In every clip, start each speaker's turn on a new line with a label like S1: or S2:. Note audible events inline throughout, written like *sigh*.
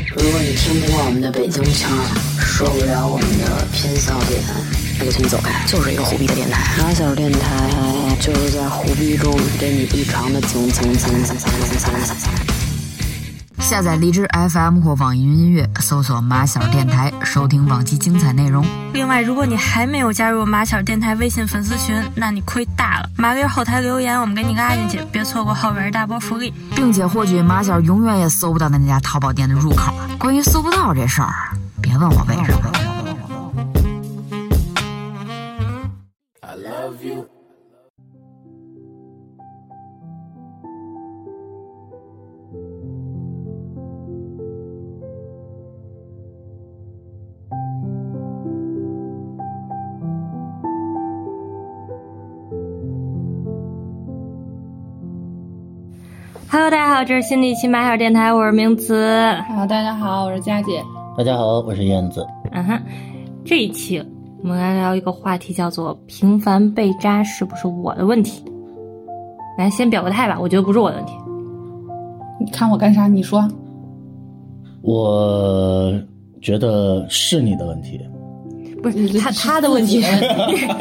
S1: 听不惯我们的北京腔儿，受不了我们的偏骚点，那就请你走开。就是一个虎逼的电台，马小电台就是在虎逼中给你异常的蹭蹭蹭蹭蹭蹭蹭蹭蹭。
S2: 下载荔枝 FM 或网易云音乐，搜索“马小电台”，收听往期精彩内容。
S3: 另外，如果你还没有加入马小电台微信粉丝群，那你亏大了。麻溜后台留言，我们给你拉进去，别错过后边大波福利。
S2: 并且获取马小永远也搜不到的那家淘宝店的入口。关于搜不到这事儿，别问我为什么。
S3: Hello，大家好，这是新的一期马小电台，我是名词。
S4: 哈喽，大家好，我是佳姐。
S5: 大家好，我是燕子。
S3: 嗯哼，这一期我们来聊一个话题，叫做“频繁被扎是不是我的问题”。来，先表个态吧，我觉得不是我的问题。
S4: 你看我干啥？你说。
S5: 我觉得是你的问题。
S3: 不是他他的问题，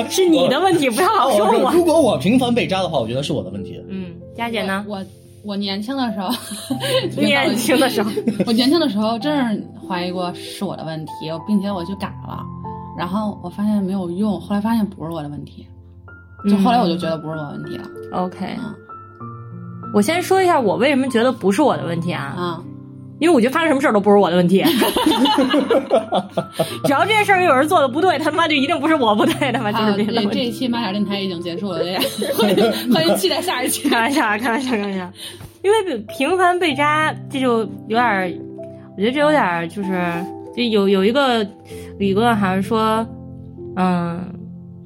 S3: 是你的问题，不要老说我。
S5: 如果我频繁被扎的话，我觉得是我的问题。
S3: 嗯，佳姐呢？
S4: 我我年轻的
S3: *laughs*
S4: 时候，
S3: 年轻的时候，
S4: *laughs* 我年轻的时候真是怀疑过是我的问题，并且我去改了，然后我发现没有用，后来发现不是我的问题，就后来我就觉得不是我的问题了。
S3: OK，
S4: 嗯
S3: 我先说一下我为什么觉得不是我的问题啊， *laughs*
S4: 啊、
S3: 因为我觉得发生什么事儿都不是我的问
S4: *laughs*
S3: 题，只要这件事儿有人做的不对，他妈就一定不是我不对，他妈就是
S4: 啊，
S3: 别的
S4: 这
S3: 问
S4: 这
S3: 题。
S4: 一期马小电台已经结束了，
S3: *laughs*
S4: 欢迎欢迎期待下一期。
S3: 开玩笑啊，开玩笑，开玩笑。因为频繁被扎，这就有点儿，我觉得这有点儿就是，就有有一个理论，好像说，嗯，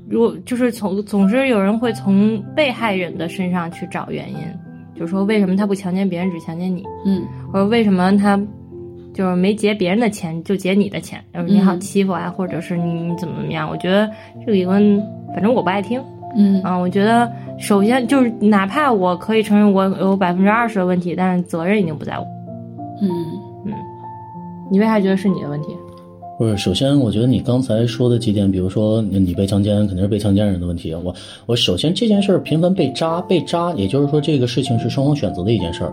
S3: 如果就是从总是有人会从被害人的身上去找原因，就是说为什么他不强奸别人，只强奸你。
S4: 嗯
S3: 或者为什么他就是没劫别人的钱就劫你的钱，就是你好欺负啊，或者是你怎么怎么样？我觉得这个理论，反正我不爱听
S4: 嗯
S3: 啊。我觉得首先就是哪怕我可以承认我有百分之二十的问题，但是责任一定不在我。
S4: 嗯，
S3: 你为啥觉得是你的问题？
S5: 不是，首先我觉得你刚才说的几点，比如说你被强奸，肯定是被强奸人的问题。我我首先这件事儿频繁被扎，被扎，也就是说这个事情是双方选择的一件事儿，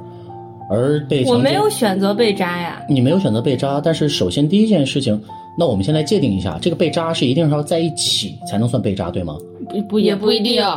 S5: 而被强
S3: 我
S5: 奸
S3: 没有选择被扎呀。
S5: 你没有选择被扎，但是首先第一件事情，那我们先来界定一下，这个被扎是一定是要在一起才能算被扎，对吗？
S4: 不不
S3: 也
S4: 也
S3: 不
S4: 不
S3: 一
S4: 一
S3: 定
S4: 定。
S3: *laughs*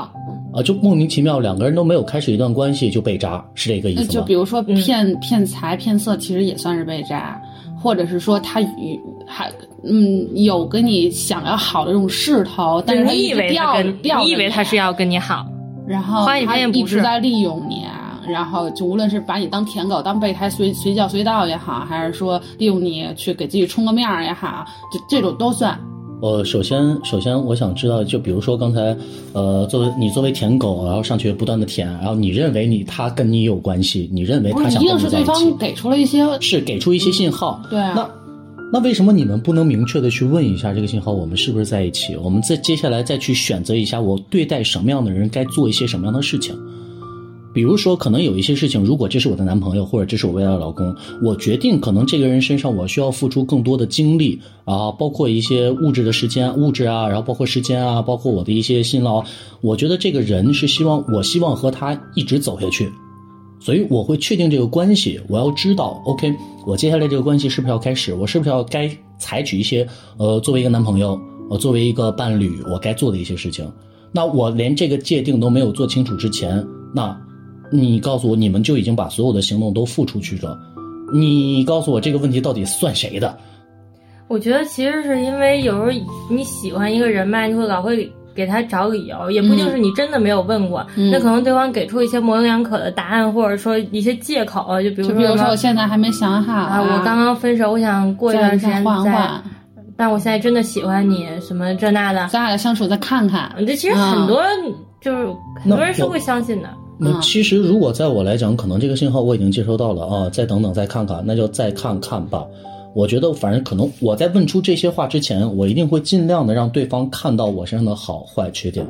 S5: 啊，就莫名其妙两个人都没有开始一段关系就被扎，是这个意
S4: 那
S3: 呃
S5: 思
S4: 就
S5: 吗
S4: 比？如
S3: 嗯
S4: 说骗、骗财骗色，其实也算是被渣，或者是说他与还嗯有跟你想要好的这种势头，但是他
S3: 你
S4: 一
S3: 以
S4: 直
S3: 为他
S4: 吊
S3: 跟
S4: 吊着
S3: 你以啊为他是要跟你好，
S4: 你，然后
S3: 发现
S4: 他
S3: 发现
S4: 一
S3: 不是
S4: 直在利用你，啊然后就无论是把你当舔狗、当备胎随随叫随到也好，还是说利用你去给自己充个面儿也好，就这种都算。
S5: 呃，首先，首先我想知道，就比如说刚才，呃，作为你作为舔狗，然后上去不断的舔，然后你认为你他跟你有关系，你认为
S4: 不是
S5: 他，想
S4: 一定
S5: 跟你
S4: 是
S5: 在
S4: 对
S5: 一
S4: 方
S5: 起，
S4: 给出了一些
S5: 是给出一些信号。
S4: 对啊
S5: 那那为什么你们不能明确的去问一下这个信号，我们是不是在一起？我们再接下来再去选择一下，我对待什么样的人该做一些什么样的事情。比如说，可能有一些事情，如果这是我的男朋友，或者这是我未来的老公，我决定可能这个人身上我需要付出更多的精力啊，包括一些物质的时间、物质啊，然后包括时间啊，包括我的一些辛劳。我觉得这个人是希望我希望和他一直走下去，所以我会确定这个关系，我要知道，OK，我接下来这个关系是不是要开始，我是不是要该采取一些呃，作为一个男朋友，我、作为一个伴侣，我该做的一些事情。那我连这个界定都没有做清楚之前，那你告诉我，你们就已经把所有的行动都付出去了，你告诉我这个问题到底算谁的？
S3: 我觉得其实是因为有时候你喜欢一个人吧，你会老会给他找理由，也不一定是你真的没有问过，
S4: 嗯
S3: 那可能对方给出一些模棱两可的答案，或者说一些借口，啊就比如
S4: 就
S3: 说
S4: 比如
S3: 什
S4: 说
S3: 么
S4: 我现在还没想好
S3: 啊，我刚刚分手，我想过一段
S4: 再
S3: 时间
S4: 再缓缓，
S3: 但我现在真的喜欢你，什么这那 *laughs* 的，
S4: 咱俩相处再看看。
S3: 这其实很多、就是很多人是
S5: 啊那我
S3: 会相信的。
S5: 那
S4: 嗯
S5: 其实如果在我来讲，可能这个信号我已经接收到了啊，再等等，再看看，那就再看看吧。我觉得，反正可能我在问出这些话之前，我一定会尽量的让对方看到我身上的好坏缺点，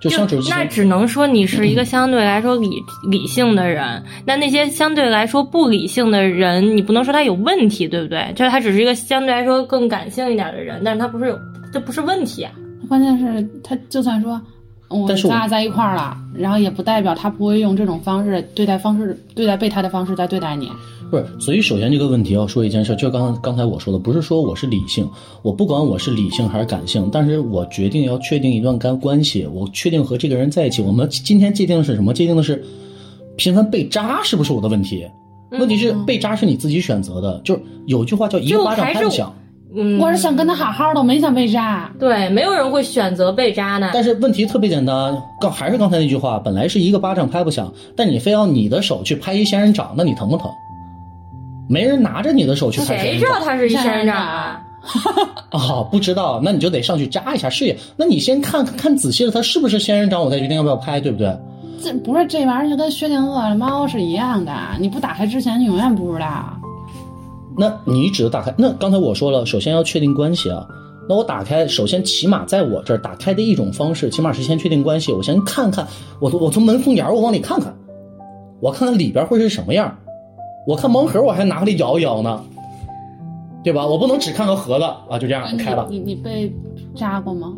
S5: 就相处之
S3: 那
S5: 间，
S3: 只能说你是一个相对来说理理性的人。那那些相对来说不理性的人，你不能说他有问题，对不对？就是他只是一个相对来说更感性一点的人，但是他不是有，这不是问题啊。
S4: 关键是他就算说我
S5: 但是
S4: 咱
S5: 我
S4: 俩在一块儿了，然后也不代表他不会用这种方式对待方式对待备胎的方式在对待你。
S5: 不是，所以首先这个问题要说一件事，就刚刚才我说的，不是说我是理性，我不管我是理性还是感性，但是我决定要确定一段干关系，我确定和这个人在一起，我们今天界定的是什么？界定的是频繁被扎是不是我的问题？问题是被扎是你自己选择的，就是有句话叫一个巴掌拍不响，
S3: 嗯，
S4: 我是想跟他好好的，我没想被渣。
S3: 对，没有人会选择被渣男。
S5: 但是问题特别简单，刚还是刚才那句话，本来是一个巴掌拍不响，但你非要你的手去拍一仙人掌，那你疼不疼？没人拿着你的手去拍仙
S3: 谁
S5: 人
S3: 知
S5: 掌
S3: 道他是一仙人掌啊？
S5: 啊、不知道，那你就得上去扎一下试一下。那你先看看看仔细了，它是不是仙人掌，我再决定要不要拍，对不对？
S4: 这不是这玩意儿就跟薛定谔的猫是一样的，你不打开之前你永远不知道。
S5: 那你只打开，那刚才我说了，首先要确定关系啊。那我打开，首先起码在我这儿打开的一种方式，起码是先确定关系，我先看看，我我从门缝眼儿我往里看看，我看看里边会是什么样儿。我看盲盒我还拿回来摇一摇呢，对吧？我不能只看个盒子啊，就这样开了。
S4: 哎你你你被扎过吗？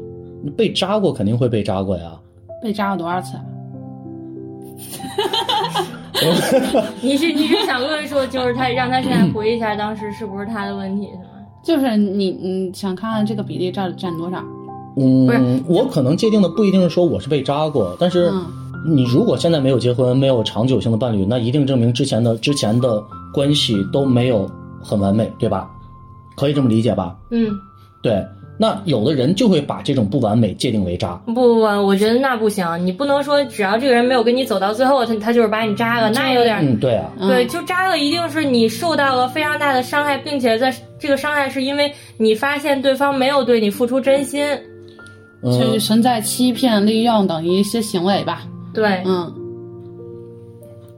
S5: 被扎过肯定会被扎过呀。
S4: 被扎过多少次？啊
S3: 你是你是想论述，就是他让他现在回忆一下当时是不是他的问题是吗？
S4: 就是你你想看看这个比例到底占多少？
S3: 不是
S5: 嗯，我可能界定的不一定是说我是被扎过，但是
S4: 嗯
S5: 你如果现在没有结婚，没有长久性的伴侣，那一定证明之前的之前的关系都没有很完美，对吧？可以这么理解吧？
S3: 嗯，
S5: 对。那有的人就会把这种不完美界定为渣，
S3: 不不不，我觉得那不行，你不能说只要这个人没有跟你走到最后，他他就是把你扎了，那有点。
S5: 嗯，对啊，
S4: 嗯
S3: 对，就扎了，一定是你受到了非常大的伤害，并且在这个伤害是因为你发现对方没有对你付出真心。
S4: 就是
S5: 嗯，
S4: 存在欺骗、利用等一些行为吧。
S3: 对，
S4: 嗯，
S5: 嗯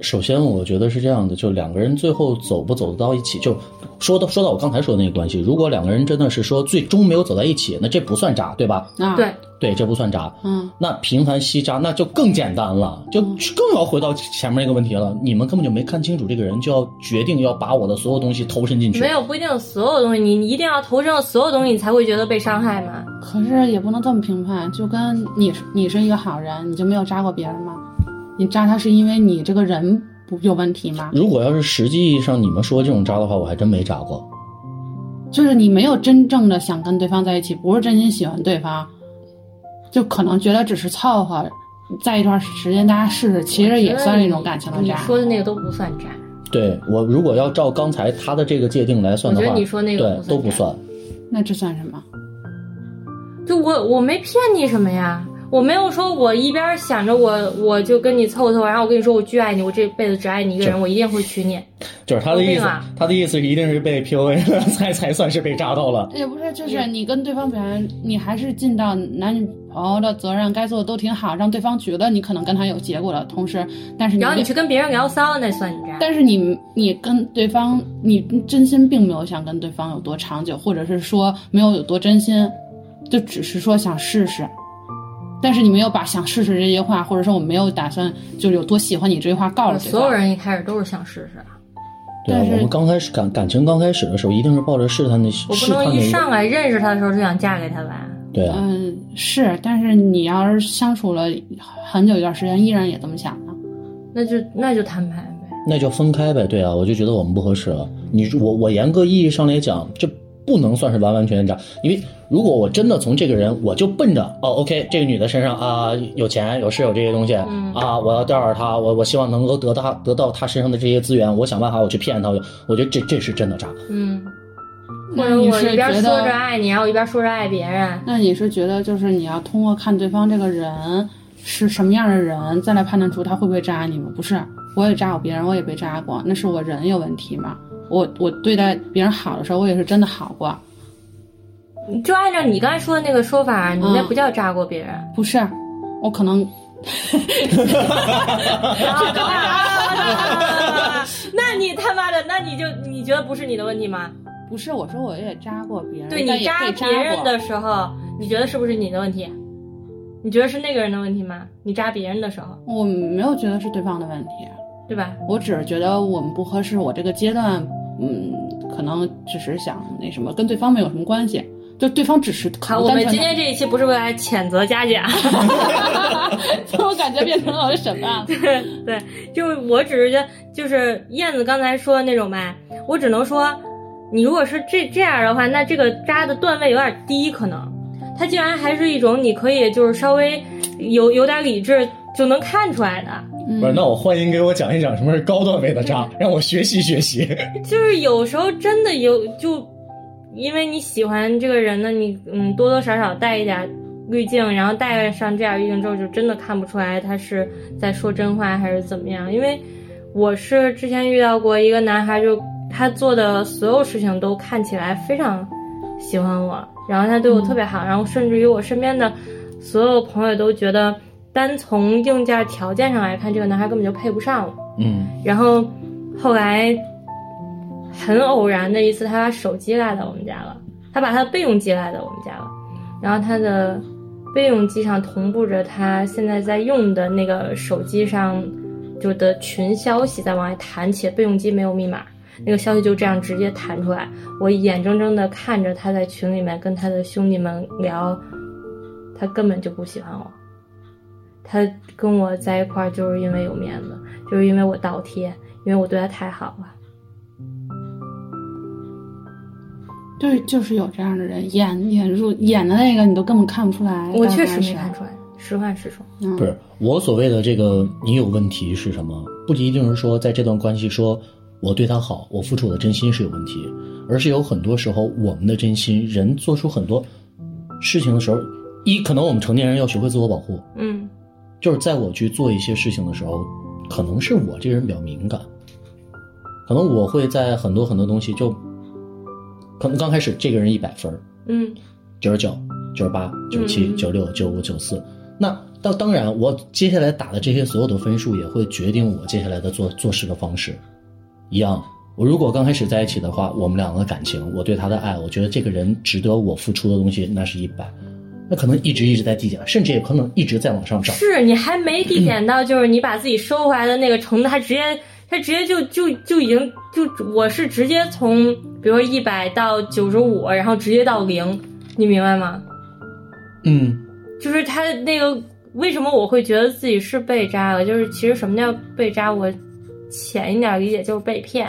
S5: 首先我觉得是这样的，就两个人最后走不走得到一起，就说到说到我刚才说的那个关系，如果两个人真的是说最终没有走在一起，那这不算渣，对吧？
S4: 啊，
S3: 对，
S5: 对，这不算渣。
S4: 嗯，
S5: 那频繁吸渣那就更简单了，就
S3: 嗯
S5: 更要回到前面那个问题了。你们根本就没看清楚这个人，就要决定要把我的所有东西投身进去。
S3: 没有不一定所有东西，你你一定要投射所有东西，你才会觉得被伤害嘛。
S4: 可是也不能这么评判，就跟你是你是一个好人，你就没有扎过别人吗？你扎他是因为你这个人不有问题吗？
S5: 如果要是实际意义上你们说这种渣的话，我还真没渣过。
S4: 就是你没有真正的想跟对方在一起，不是真心喜欢对方，就可能觉得只是凑合，在一段时间大家试试，其实也算是一种感情的
S3: 你
S4: 渣。
S3: 说的那个都不算渣。
S5: 对我如果要照刚才他的这个界定来算的话，
S3: 我觉得你说那个不算
S5: 对都不算。
S4: 那这算什么？
S3: 就我我没骗你什么呀，我没有说我一边想着我我就跟你凑凑，然后我跟你说我巨爱你，我这辈子只爱你一个人，我一定会娶你。
S5: 就是他的意
S3: 有
S5: 思
S3: 病啊，
S5: 他的意思是一定是被 PUA 了才才算是被渣到了。
S4: 也不是，就是你跟对方表现，你还是尽到男女朋友的责任，该做的都挺好，让对方觉得你可能跟他有结果了。同时，但是你
S3: 然后你去跟别人聊骚，那算你渣。
S4: 但是你你跟对方，你真心并没有想跟对方有多长久，或者是说没有有多真心，就只是说想试试。但是你没有把想试试这些话，或者说我没有打算就是有多喜欢你这句话告诉对
S3: 所
S4: 方
S3: 有，人一开始都是想试试，
S5: 对啊，
S4: 但是
S5: 我们刚开始感感情刚开始的时候，一定是抱着试探的
S3: 我不
S5: 试探
S3: 能
S5: 的
S3: 一
S5: 一
S3: 上
S5: 个，
S3: 来认识他的时候就想嫁给他吧？
S5: 对啊，
S4: 嗯、是，但是你要是相处了很久一段时间，依然也这么想啊呢。
S3: 那就那就摊牌呗。
S5: 那就分开呗，对啊，我就觉得我们不合适了。你我我严格意义上来讲，这不能算是完完全全渣，因为如果我真的从这个人，我就奔着哦，OK，这个女的身上啊有钱有势有这些东西、
S3: 嗯
S5: 啊，我要钓着她，我我希望能够得到她得到她身上的这些资源，我想办法我去骗她，我我觉得这这是真的渣。
S3: 嗯，或
S4: 那
S3: 者
S4: 你
S3: 我
S4: 是
S3: 一边
S4: 觉
S3: 说
S4: 得
S3: 着爱你，然后一边说着爱别人。
S4: 那你是觉得就是你要通过看对方这个人是什么样的人，再来判断出他会不会渣你吗？不是，我也渣过别人，我也被渣过，那是我人有问题吗？我我对待别人好的时候，我也是真的好过，
S3: 你就按照你刚才说的那个说法，你那
S4: 嗯
S3: 不叫扎过
S4: *laughs*
S3: 别人。 *laughs*
S4: 不是，我可能
S3: 那你他妈的，那你就你觉得不是你的问题吗？
S4: 不是，我嗯说我也渣过别人，
S3: 对
S4: 但
S3: 你
S4: 也
S3: 扎
S4: 被
S3: 别人
S4: 过
S3: 的时候，你觉得是不是你的问题？你觉得是那个人的问题吗？你扎别人的时候，
S4: 我没有觉得是对方的问题，
S3: 对吧？
S4: 我只是觉得我们不合适，我这个阶段，嗯，可能只是想那什么，跟对方没有什么关系，就对方只是
S3: 好，
S4: 好
S3: 我们今天这一期不是为了谴责佳啊佳， *laughs*
S4: *laughs* 自我感觉变成了什么？啊
S3: 对，就是我只是觉得，就是燕子刚才说的那种吧，我只能说，你如果是这这样的话，那这个渣的段位有点低，可能它竟然还是一种你可以就是稍微有有点理智就能看出来的，
S4: 嗯
S5: 不是，那我欢迎给我讲一讲什么是高段位的渣，让我学习学习。
S3: 就是有时候真的有就因为你喜欢这个人呢，你嗯多多少少带一点。滤镜，然后带上这样滤镜之后，就真的看不出来他是在说真话还是怎么样。因为我是之前遇到过一个男孩，就他做的所有事情都看起来非常喜欢我，然后他对我特别好，然后甚至于我身边的所有朋友都觉得，单从硬件条件上来看，这个男孩根本就配不上我。
S5: 嗯，
S3: 然后后来很偶然的一次，他把手机落到我们家了，他把他的备用机落到我们家了，然后他的备用机上同步着他现在在用的那个手机上就的群消息在往外弹起，备用机没有密码。那个消息就这样直接弹出来，我眼睁睁的看着他在群里面跟他的兄弟们聊，他根本就不喜欢我，他跟我在一块儿就是因为有面子，就是因为我倒贴，因为我对他太好了。
S4: 对，就是有这样的人，演演入演的那个你都根本看不出来。
S3: 我确实没看出来，实话实说。
S4: 嗯
S5: 不是，我所谓的这个你有问题是什么？不一定是说在这段关系说我对他好，我付出我的真心是有问题，而是有很多时候我们的真心，人做出很多事情的时候，一可能我们成年人要学会自我保护，
S3: 嗯，
S5: 就是在我去做一些事情的时候，可能是我这人比较敏感，可能我会在很多很多东西就，可能刚开始这个人一百分儿，
S3: 嗯，
S5: 九十九、九十八、九十七、
S3: 嗯
S5: 九六、九五、九四。那当当然，我接下来打的这些所有的分数也会决定我接下来的做做事的方式。一样，我如果刚开始在一起的话，我们两个的感情，我对他的爱，我觉得这个人值得我付出的东西，那是一百。那可能一直一直在递减，甚至也可能一直在往上涨。
S3: 是你还没递减到，就是你把自己收回来的那个程度，他直接他直接就就就已经就我是直接从比如说一百到九十五，然后直接到零，你明白吗？
S5: 嗯，
S3: 就是他那个为什么我会觉得自己是被渣了？就是其实什么叫被渣？我浅一点理解就是被骗。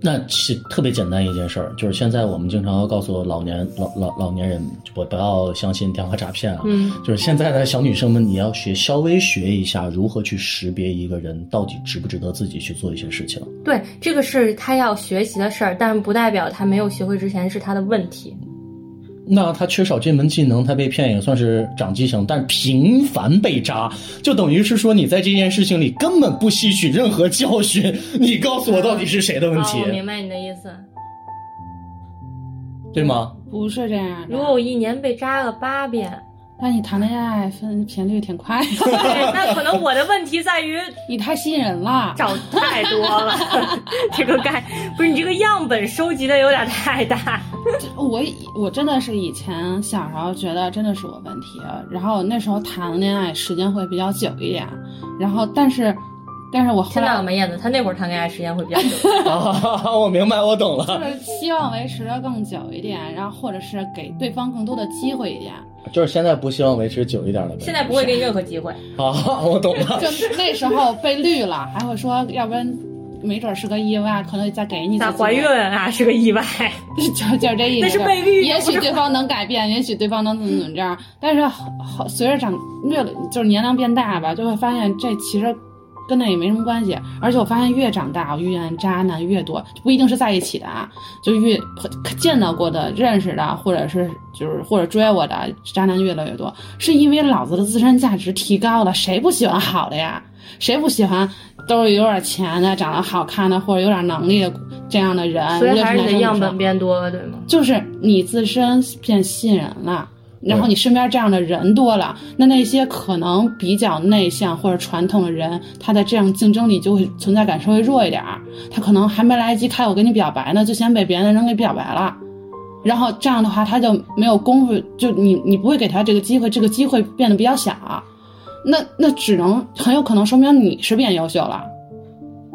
S5: 那是特别简单一件事儿，就是现在我们经常要告诉老年老老老年人，不不要相信电话诈骗啊。
S3: 嗯，
S5: 就是现在的小女生们，你要学稍微学一下如何去识别一个人到底值不值得自己去做一些事情。
S3: 对，这个是他要学习的事儿，但不代表他没有学会之前是他的问题。
S5: 那他缺少这门技能，他被骗也算是长记性，但频繁被扎，就等于是说你在这件事情里根本不吸取任何教训。你告诉我到底是谁的问题
S3: 哦，，我明白你的意思。
S5: 对吗？
S4: 不是这样的。
S3: 如果我一年被扎了八遍，
S4: 但你谈恋爱分频率挺 *laughs* 快，
S3: 对，哎那可能我的问题在于
S4: 你太吸引人了。
S3: 找太多了。 *laughs* 这个概不是你这个样本收集的有点太大。
S4: 我以我真的是以前小时候觉得真的是我问题，然后那时候谈恋爱时间会比较久一点，然后但是，但是我后
S3: 听
S4: 来
S3: 到了吗，燕子？他那会儿谈恋爱时间会比较久。 *laughs*
S5: 啊，我明白，我懂了。
S4: 就是希望维持的更久一点，然后或者是给对方更多的机会一点。
S5: 就是现在不希望维持久一点了呗。
S3: 现在不会给你任何 *laughs* 机会。
S5: *laughs* 啊，我懂了。
S4: 就那时候被绿了，还会说，要不然没准是个意外，可能再给你几
S3: 那
S4: 次。
S3: 怀孕啊是个意外，
S4: *laughs* 就就这意思。
S3: 那是被绿
S4: 也
S3: 不
S4: 许
S3: 是
S4: 对方能改变，也许对方能怎么怎么着，但是好好随着长越了就是年龄变大吧，就会发现这其实跟那也没什么关系。而且我发现越长大，我遇见渣男越多，不一定是在一起的啊，就越见到过的、认识的，或者是就是或者追我的渣男越来越多，是因为老子的自身价值提高了，谁不喜欢好的呀？谁不喜欢都是有点钱的、长得好看的或者有点能力的这样的人？
S3: 所
S4: 无
S3: 以
S4: 论
S3: 还
S4: 是
S3: 是嗯
S4: 男
S3: 你的
S4: 生女
S3: 样
S4: 生
S3: 本变多了，对吗？
S4: 就是你自身变吸引人了，然后
S5: 对
S4: 你身边这样的人多了，那那些可能比较内向或者传统的人，他在这样竞争里就会存在感稍微弱一点儿，他可能还没来得及开口跟你表白呢，就先被别的人给表白了。然后这样的话，他就没有功夫，就你你不会给他这个机会，这个机会变得比较小，那那只能很有可能说明你是变优秀了。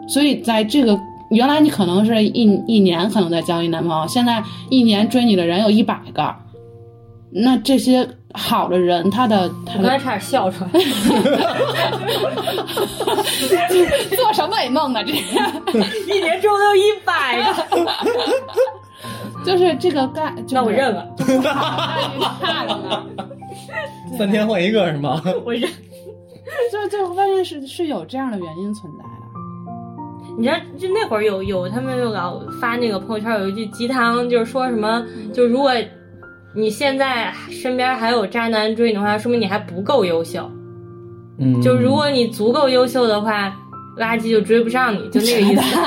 S4: 所以在这个原来你可能是一一年可能在交一男朋友，现在一年追你的人有一百个，那这些好的人他的他
S3: 我刚
S4: 的
S3: 才差点笑出来。
S4: 做什么也弄的这个，
S3: *laughs* 一年之后都有一百个，
S4: *laughs* 就是这个概，就
S3: *laughs*
S4: 是、
S3: 那我认了，
S4: 看了，
S5: 三天换一个是吗？
S3: 我认。
S4: 就就发现是是有这样的原因存在的。
S3: 你知道，就那会儿有有他们就老发那个朋友圈有一句鸡汤，就是说什么，就如果你现在身边还有渣男追你的话，说明你还不够优秀。
S5: 嗯，
S3: 就如果你足够优秀的话，垃圾就追不上你，就那个意思。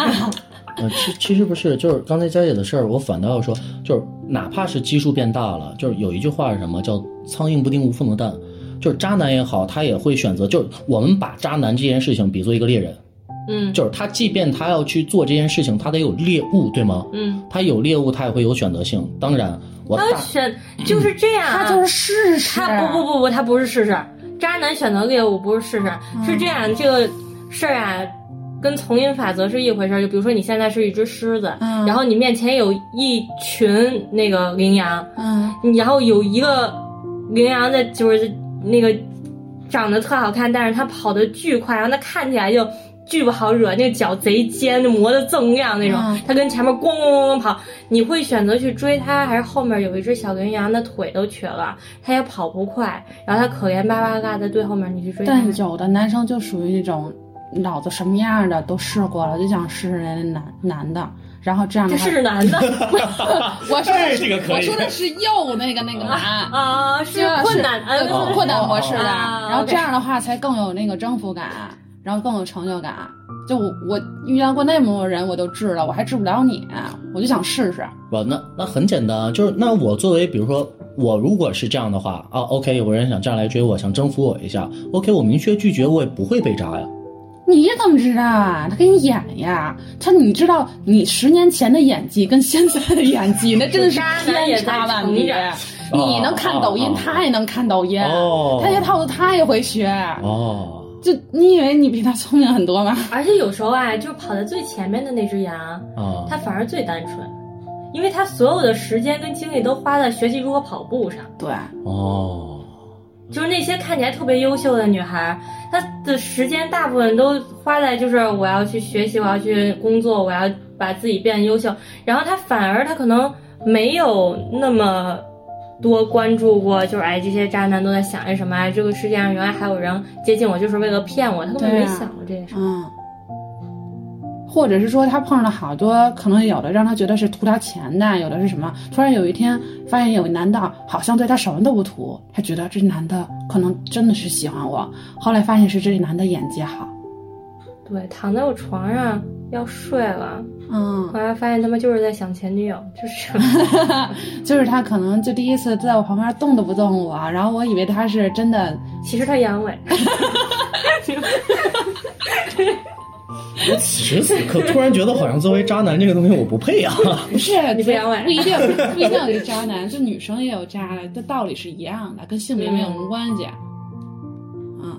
S5: 呃，其其实不是，就是刚才佳姐的事儿，我反倒要说，就是哪怕是基数变大了，就是有一句话是什么叫“苍蝇不叮无缝的蛋”，就是渣男也好，他也会选择，就是我们把渣男这件事情比作一个猎人，
S3: 嗯
S5: 就是他即便他要去做这件事情，他得有猎物，对吗？
S3: 嗯，
S5: 他有猎物，他也会有选择性。当然，我
S3: 他
S5: 大
S3: 选就是这样、啊，
S4: 他就是试试，
S3: 他不不不不，他不是试试。渣男选择猎物不是试试，
S4: 嗯
S3: 是这样，这个事儿啊，跟丛林法则是一回事儿。就比如说你现在是一只狮子，
S4: 嗯
S3: 然后你面前有一群那个羚羊，
S4: 嗯
S3: 你然后有一个羚羊的，就是那个长得特好看，但是它跑得巨快，然后它看起来就巨不好惹，那个脚贼尖，就磨得锃亮那种
S4: 嗯。
S3: 它跟前面咣咣咣咣跑，你会选择去追它，还是后面有一只小羚羊的腿都瘸了，它也跑不快，然后它可怜巴巴嘎在队后面，你去追它？
S4: 但有的男生就属于那种，老子什么样的都试过了，就想试试人家男男的。然后这样
S3: 这
S4: 的话，
S3: 是男的
S4: 我说的
S5: 这个可以
S4: 我说的是右那个那个男，
S3: 啊，是
S4: 就是
S3: 困难
S4: 呃
S3: 呃
S5: 哦
S4: 困难模式的。
S3: 啊
S4: 然后
S3: OK
S4: 这样的话才更有那个征服感，然后更有成就感。就我我遇到过那么多人，我都治了，我还治不了你，我就想试试。
S5: 不，那那很简单啊，就是那我作为，比如说我如果是这样的话啊，OK，有个人想这样来追我，想征服我一下，OK，我明确拒绝，我也不会被渣呀。
S4: 你怎么知道啊？他给你演呀，他你知道你十年前的演技跟现在的演技，那真
S5: *laughs*
S4: 的是
S3: 渣男也
S4: 天
S3: 在
S4: 差万
S3: 成
S4: 别
S3: 长。
S4: 你能看抖音
S5: 哦，
S4: 他也能看抖音，
S5: 哦
S4: 他一套路他也会学。
S5: 哦，
S4: 就你以为你比他聪明很多吗？ *laughs*
S3: 而且有时候啊，就跑在最前面的那只羊，
S5: 啊，
S3: 他反而最单纯，因为他所有的时间跟精力都花在学习如何跑步上。
S4: 对，
S5: 哦，
S3: 就是那些看起来特别优秀的女孩，她的时间大部分都花在就是我要去学习，我要去工作，我要把自己变优秀。然后她反而她可能没有那么多关注过，就是哎这些渣男都在想些什么哎，这个世界上原来还有人接近我就是为了骗我，她根本
S4: 对
S3: 没
S4: 啊
S3: 想过这些事儿。
S4: 嗯，或者是说他碰上了好多，可能有的让他觉得是图他钱的，有的是什么？突然有一天发现有个男的好像对他什么都不图，他觉得这男的可能真的是喜欢我。后来发现是这男的演技好，
S3: 对，躺在我床上要睡了，
S4: 嗯
S3: 后，来发现他们就是在想前女友，就是这样。
S4: 就是他可能就第一次在我旁边动都不动我，然后我以为他是真的
S3: 其实他阳痿，
S5: 我此时此刻突然觉得，好像作为渣男这个东西，我不配啊。
S4: 不是
S3: 你不阳痿
S4: 不一定不一定有渣男，就女生也有渣的，这道理是一样的，跟性别没有什么关系。嗯，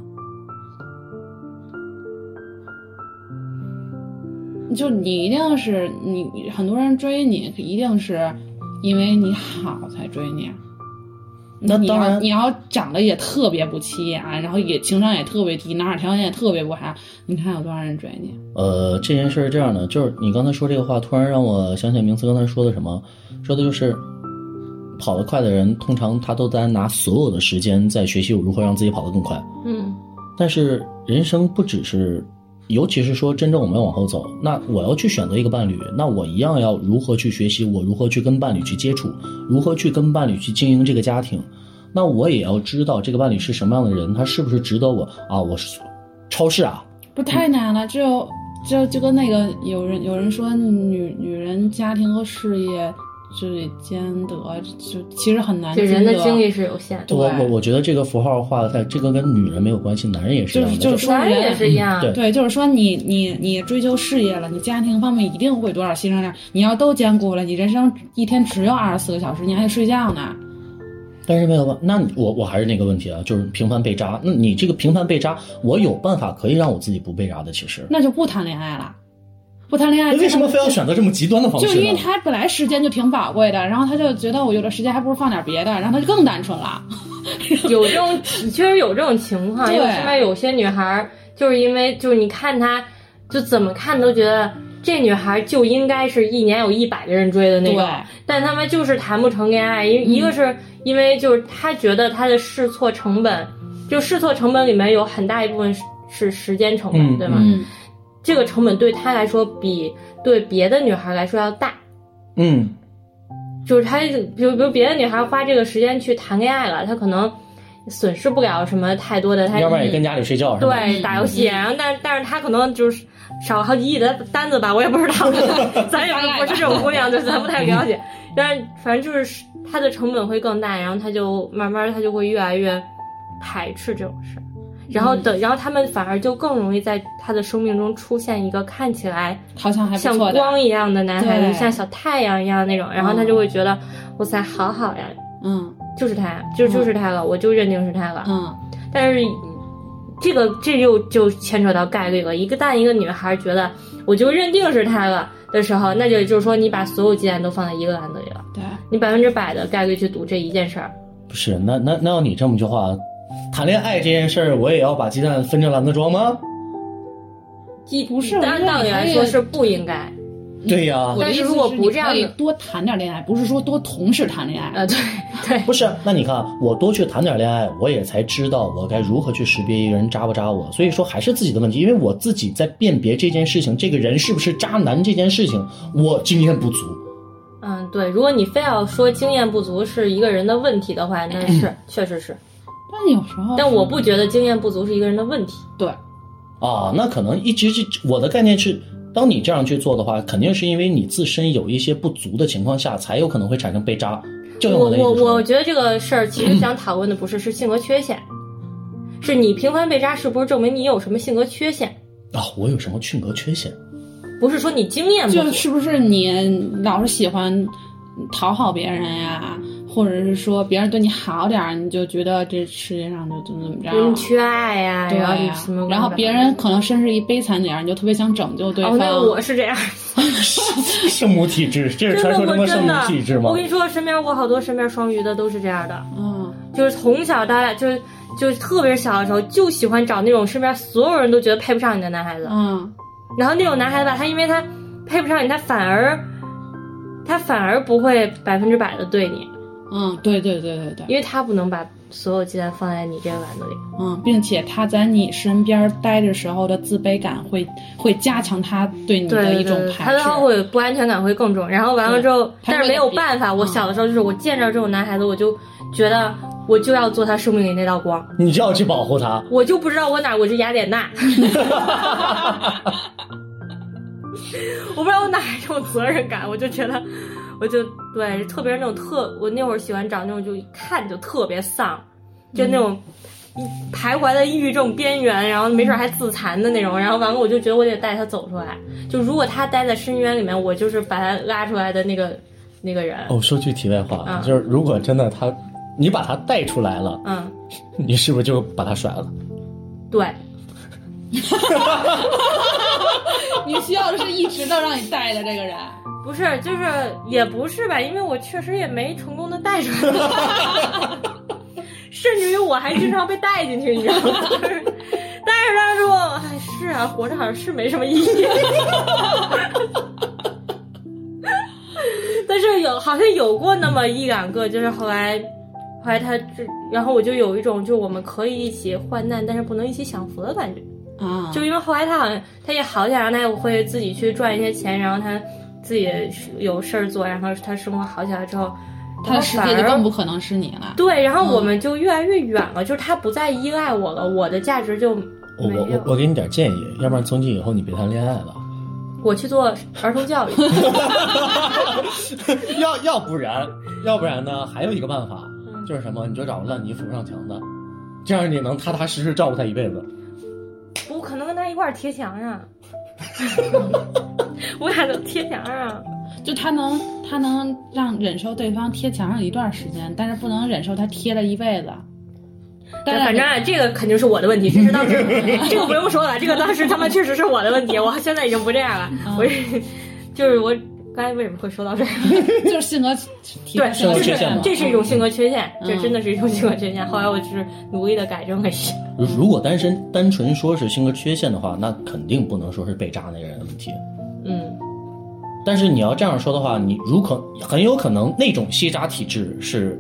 S4: 嗯就你一定是你很多人追你，一定是因为你好才追你。啊
S5: 那
S4: 你
S5: 当
S4: 要
S5: 然
S4: 你要长得也特别不起眼、然后也情商也特别低，哪点条件也特别不好，你看有多少人追你？
S5: *laughs*
S4: 啊
S5: 呃，这件事是这样的，就是你刚才说这个话，突然让我想起明思刚才说的什么，说的就是跑得快的人，通常他都在拿所有的时间在学习我如何让自己跑得更快。
S3: 嗯，
S5: 但是人生不只是，尤其是说真正我们要往后走，那我要去选择一个伴侣，那我一样要如何去学习，我如何去跟伴侣去接触，如何去跟伴侣去经营这个家庭，那我也要知道这个伴侣是什么样的人，他是不是值得我啊？我是超市啊，
S4: 不太难了，只有就就跟那个有人有人说女女人家庭和事业就得兼得，就其实很难
S3: 就
S4: 兼得。
S3: 嗯人的精力是有限的，
S4: 对
S5: 我我我觉得这个符号化的，但这个跟女人没有关系，男人也是这样的。
S4: 就是说
S3: 男人也是一样
S5: 嗯，对
S4: 对，就是说你你你追求事业了，你家庭方面一定会多少牺牲量，你要都兼顾了，你人生一天只有二十四个小时，你还得睡觉呢。
S5: 但是没有办，那你我我还是那个问题啊，就是频繁被渣。那你这个频繁被渣，我有办法可以让我自己不被渣的，其实。
S4: 那就不谈恋爱了，不谈恋爱
S5: 那为什么非要选择这么极端的方
S4: 就
S5: 式
S4: 因为
S5: 呢？
S4: 他本来时间就挺宝贵的，然后他就觉得我有了时间还不如放点别的，然后他就更单纯了。
S3: 有这种，确实有这种情况，
S4: 对
S3: 因为我身边有些女孩儿，就是因为就是你看她，就怎么看都觉得这女孩儿就应该是一年有一百个人追的那
S4: 对
S3: 种，但他们就是谈不成恋爱，因为一个是因为就是她觉得她的试错成本，就试错成本里面有很大一部分是是时间成本，
S5: 嗯
S3: 对吗？
S4: 嗯，
S3: 这个成本对她来说比对别的女孩儿来说要大，
S5: 嗯，
S3: 就是她，比如比如别的女孩花这个时间去谈恋爱了，她可能损失不了什么太多的，她
S5: 要不然也跟家里睡觉是吧？
S3: 对打游戏，然后但但是她可能就是少好几亿的单子吧，我也不知道，咱也不是这种姑娘，对，咱不太了解。但是反正就是她的成本会更大，然后她就慢慢她就会越来越排斥这种事儿，然后等然后他们反而就更容易在她的生命中出现一个看起来
S4: 好像还不
S3: 像
S4: 错的。
S3: 光一样的男孩
S4: 对
S3: 子，像小太阳一样的那种，然后他就会觉得，哇塞，好好呀，
S4: 嗯
S3: 就是他，就
S4: 嗯
S3: 就是他了，我就认定是他了。
S4: 嗯，
S3: 但是这个这又就牵扯到概率了，一个旦一个女孩觉得我就认定是他了的时候，那就就是说你把所有鸡蛋都放在一个篮子里了，
S4: 对，
S3: 你百分之百的概率去赌这一件事儿。
S5: 不是，那那那要你这么句话，谈恋爱这件事儿，我也要把鸡蛋分成篮子装吗？
S3: 一
S4: 不是我觉
S3: 按
S4: 得
S3: 道理
S4: 你可
S3: 来
S4: 以
S3: 说是不应该。
S5: 对呀、
S4: 我的
S3: 但
S4: 意
S3: 是
S4: 思
S3: 如果
S4: 是
S3: 不
S4: 你
S3: 这样
S4: 可以
S3: 的
S4: 多谈点恋爱，不是说多同事谈恋爱。
S3: 呃，对
S4: *laughs*
S3: 对，
S5: 不是，那你看，我多去谈点恋爱，我也才知道我该如何去识别一个人渣不渣我。所以说还是自己的问题，因为我自己在辨别这件事情，这个人是不是渣男这件事情，我经验不足。
S3: 嗯对，如果你非要说经验不足是一个人的问题的话，那
S4: *laughs*
S3: 是确实是。
S4: 但有时候，
S3: 但我不觉得经验不足是一个人的问题。
S4: 对，
S5: 啊，那可能一直是我的概念是，当你这样去做的话，肯定是因为你自身有一些不足的情况下，才有可能会产生被渣。
S4: 嗯
S5: 就像
S3: 我
S5: 的意思
S3: 我
S5: 说
S3: 我觉得这个事儿其实想讨论的不是是性格缺陷，是你频繁被扎是不是证明你有什么性格缺陷？
S5: 啊，我有什么性格缺陷？ *laughs*
S3: 不是说你经验不足，
S4: 就是不是你老是喜欢讨好别人呀，或者是说别人对你好点儿，你就觉得这世界上就怎么怎么着啊
S3: 人。缺爱呀、
S4: 对
S3: 然
S4: 呀、
S3: 后你什么，
S4: 然后别人可能身是一悲惨脸儿，你就特别想拯救对
S3: 哦，
S4: 方。
S3: 那个我是这样，
S5: 圣母体质，这
S3: 真
S5: 是传
S3: 的
S5: 说中
S3: 我
S5: 圣
S3: 真
S5: 母
S3: 的
S5: 体质，吗
S3: 我跟？你说，身边我好多身边双鱼的都是这样的，
S4: 嗯，
S3: 就是从小到大，就是就是特别小的时候就喜欢找那种身边所有人都觉得配不上你的男孩子，
S4: 嗯
S3: 然后那种男孩子吧，他因为他配不上你，他反而他反而不会百分之百的对你，
S4: 嗯，对对对对对，
S3: 因为他不能把所有鸡蛋放在你这个篮子里。
S4: 嗯，并且他在你身边待着时候的自卑感会会加强他对你的
S3: 对
S4: 一种
S3: 对，他
S4: 排斥
S3: 的。后悔不安全感会更重。然后完了之后
S4: 对，他
S3: 但是
S4: 会
S3: 没有
S4: 比
S3: 办法，我
S4: 嗯
S3: 小的时候就是我见着这种男孩子，我就觉得我就要做他生命里那道光，
S5: 你就要去保护他。
S3: 我就不知道我哪我是雅典娜，我不知道我哪来这种责任感，我就觉得。我就对，特别是那种特，我那会儿喜欢找那种就一看就特别丧，就那种徘徊在抑郁症边缘，然后没准还自残的那种。然后完了，我就觉得我得带他走出来。就如果他待在深渊里面，我就是把他拉出来的那个那个人。
S5: *laughs* 哦，说句题外话，
S3: 啊
S5: 就是如果真的他，你把他带出来了，
S3: 嗯，
S5: 你是不是就把他甩了？
S3: 对，
S4: *laughs* 你需要的是一直都让你带的这个人。
S3: 不是，就是也不是吧，因为我确实也没成功的带出来，甚至于我还经常被带进去，你知道吗？就是但是他说，哎，是啊，活着好像是没什么意义。 *laughs* 但是有好像有过那么一两个，就是后来，后来他就，然后我就有一种，就是我们可以一起患难，但是不能一起享福的感觉。
S4: 啊，
S3: 就因为后来他好像他也好起来，然后他也会自己去赚一些钱，然后他自己有事儿做，然后他生活好起来之后，
S4: 他的世
S3: 然后
S4: 界
S3: 反
S4: 就
S3: 而
S4: 更不嗯可能是你了。
S3: 对，然后我们就越来越远了，就是他不再依赖我了，我的价值就没
S5: 我
S3: 有。
S5: 我我我给你点建议，要不然从今以后你别谈恋爱了。
S3: 我我去做儿童
S4: *laughs*
S3: 教育。
S5: *laughs* 要要不然，要不然呢？还有一个办法
S3: 嗯
S5: 就是什么？你就找烂泥扶上墙的，这样你能踏踏实实照顾他一辈子。
S3: 我可能跟他一块儿贴墙
S4: *laughs*
S3: 啊，我俩能贴墙啊。
S4: 就他能他能让忍受对方贴墙上一段时间，但是不能忍受他贴了一辈子。
S3: 但
S4: 但是
S3: 反正啊这个肯定是我的问题，这是
S4: *laughs*
S3: 当时这个不用说了，这个当时他妈确实是我的问题，我现在已经不这样了，
S4: 嗯
S3: 我是就是我刚才为什么会说到这个？
S4: 就是性格提
S3: 对，
S5: 性格
S3: 就
S5: 缺
S3: 是
S5: 陷嘛嗯
S3: 这是一种性格缺陷，
S4: 嗯
S3: 这真的是一种性格缺陷。后来我就是努力的改正了一下。
S5: 如果单身单纯说是性格缺陷的话，那肯定不能说是被渣那个人的问题。
S3: 嗯，
S5: 但是你要这样说的话，你如可很有可能那种吸渣体质是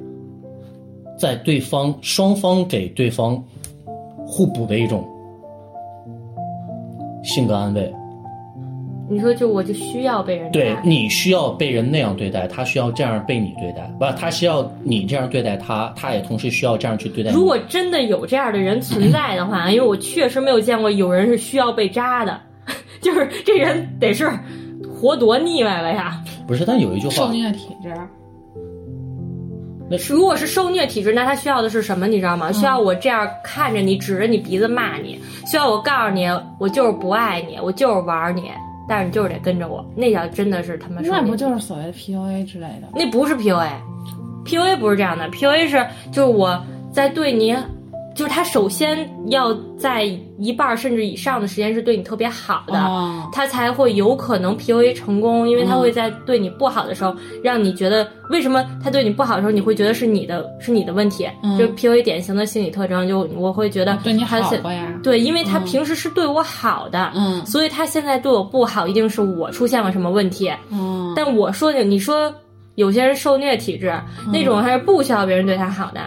S5: 在对方双方给对方互补的一种性格安慰。
S3: 你说就我就需要被人
S5: 对
S3: 爱
S5: 你需要被人那样对待，他需要这样被你对待，不，他需要你这样对待他，他也同时需要这样去对待你。
S3: 如果真的有这样的人存在的话，因为我确实没有见过有人是需要被渣的， *laughs* 就是这人得是活多腻歪了呀。
S5: 不是，但有一句
S4: 受
S5: 话，
S4: 虐体质，
S3: 如果是受虐体质，那他需要的是什么？你知道吗？需
S5: 嗯
S3: 要我这样看着你，指着你鼻子骂你，需要我告诉你，我就是不爱你，我就是玩你，但是你就是得跟着我，那叫真的是他妈受
S4: 那
S3: 虐
S4: 不就是所谓的 PUA 之类的？
S3: 那不是 PUA，PUA 不是这样的，PUA 是就是我在对你，就是他首先要在一半儿甚至以上的时间是对你特别好的，
S4: 哦
S3: 他才会有可能 PUA 成功，因为他
S4: 嗯
S3: 会在对你不好的时候，让你觉得为什么他对你不好的时候，你会觉得是你的是你的问题，
S4: 嗯
S3: 就是 PUA 典型的心理特征，就我会觉得
S4: 哦对你
S3: 他
S4: 好
S3: 是
S4: 过呀。
S3: 对，因为他
S4: 嗯
S3: 平时是对我好的，
S4: 嗯
S3: 所以他现在对我不好，一定是我出现了什么问题，
S4: 嗯，
S3: 但我说的，你说有些人受虐体质，那种还是不需要别人对他好的。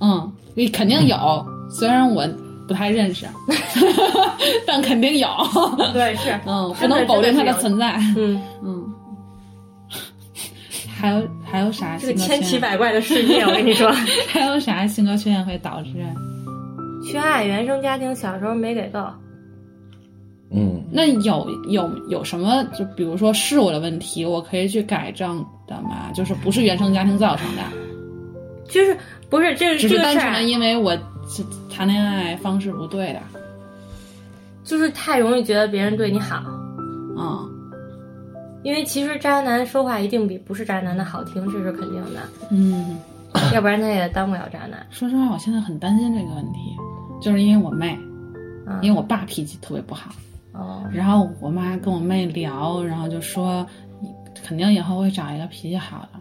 S4: 嗯，你肯定有，虽然我不太认识， *laughs* 但肯定有。
S3: 对，是，
S4: 嗯，不能否定它的存在。
S3: 嗯，
S4: 嗯，还有还有啥
S3: 这
S4: 性
S3: 个
S4: 格缺
S3: 千奇
S4: 陷？
S3: 百怪的世界，我跟你 *laughs* 说，
S4: *laughs* 还有啥性格缺陷会导致？
S3: 嗯缺爱，原生家庭小时候没给够，
S5: 嗯，
S4: 那有有有什么？就比如说是我的问题，我可以去改正的吗？就是不是原生家庭造成的，
S3: 就是不是这这
S4: 只是
S3: 个
S4: 单
S3: 事
S4: 纯
S3: 儿啊
S4: 的，因为我是谈恋爱方式不对的。
S3: 就是太容易觉得别人对你好，
S4: 嗯
S3: 因为其实渣男说话一定比不是渣男的好听，这是肯定 *laughs* 的，
S4: 嗯，
S3: 要不然他也当不了渣男。
S4: 说实话，我现在很担心这个问题，就是因为我妹，
S3: 嗯
S4: 因为我爸脾气特别不好。
S3: 哦，
S4: 然后我妈跟我妹聊，然后就说你肯定以后会找一个脾气好的。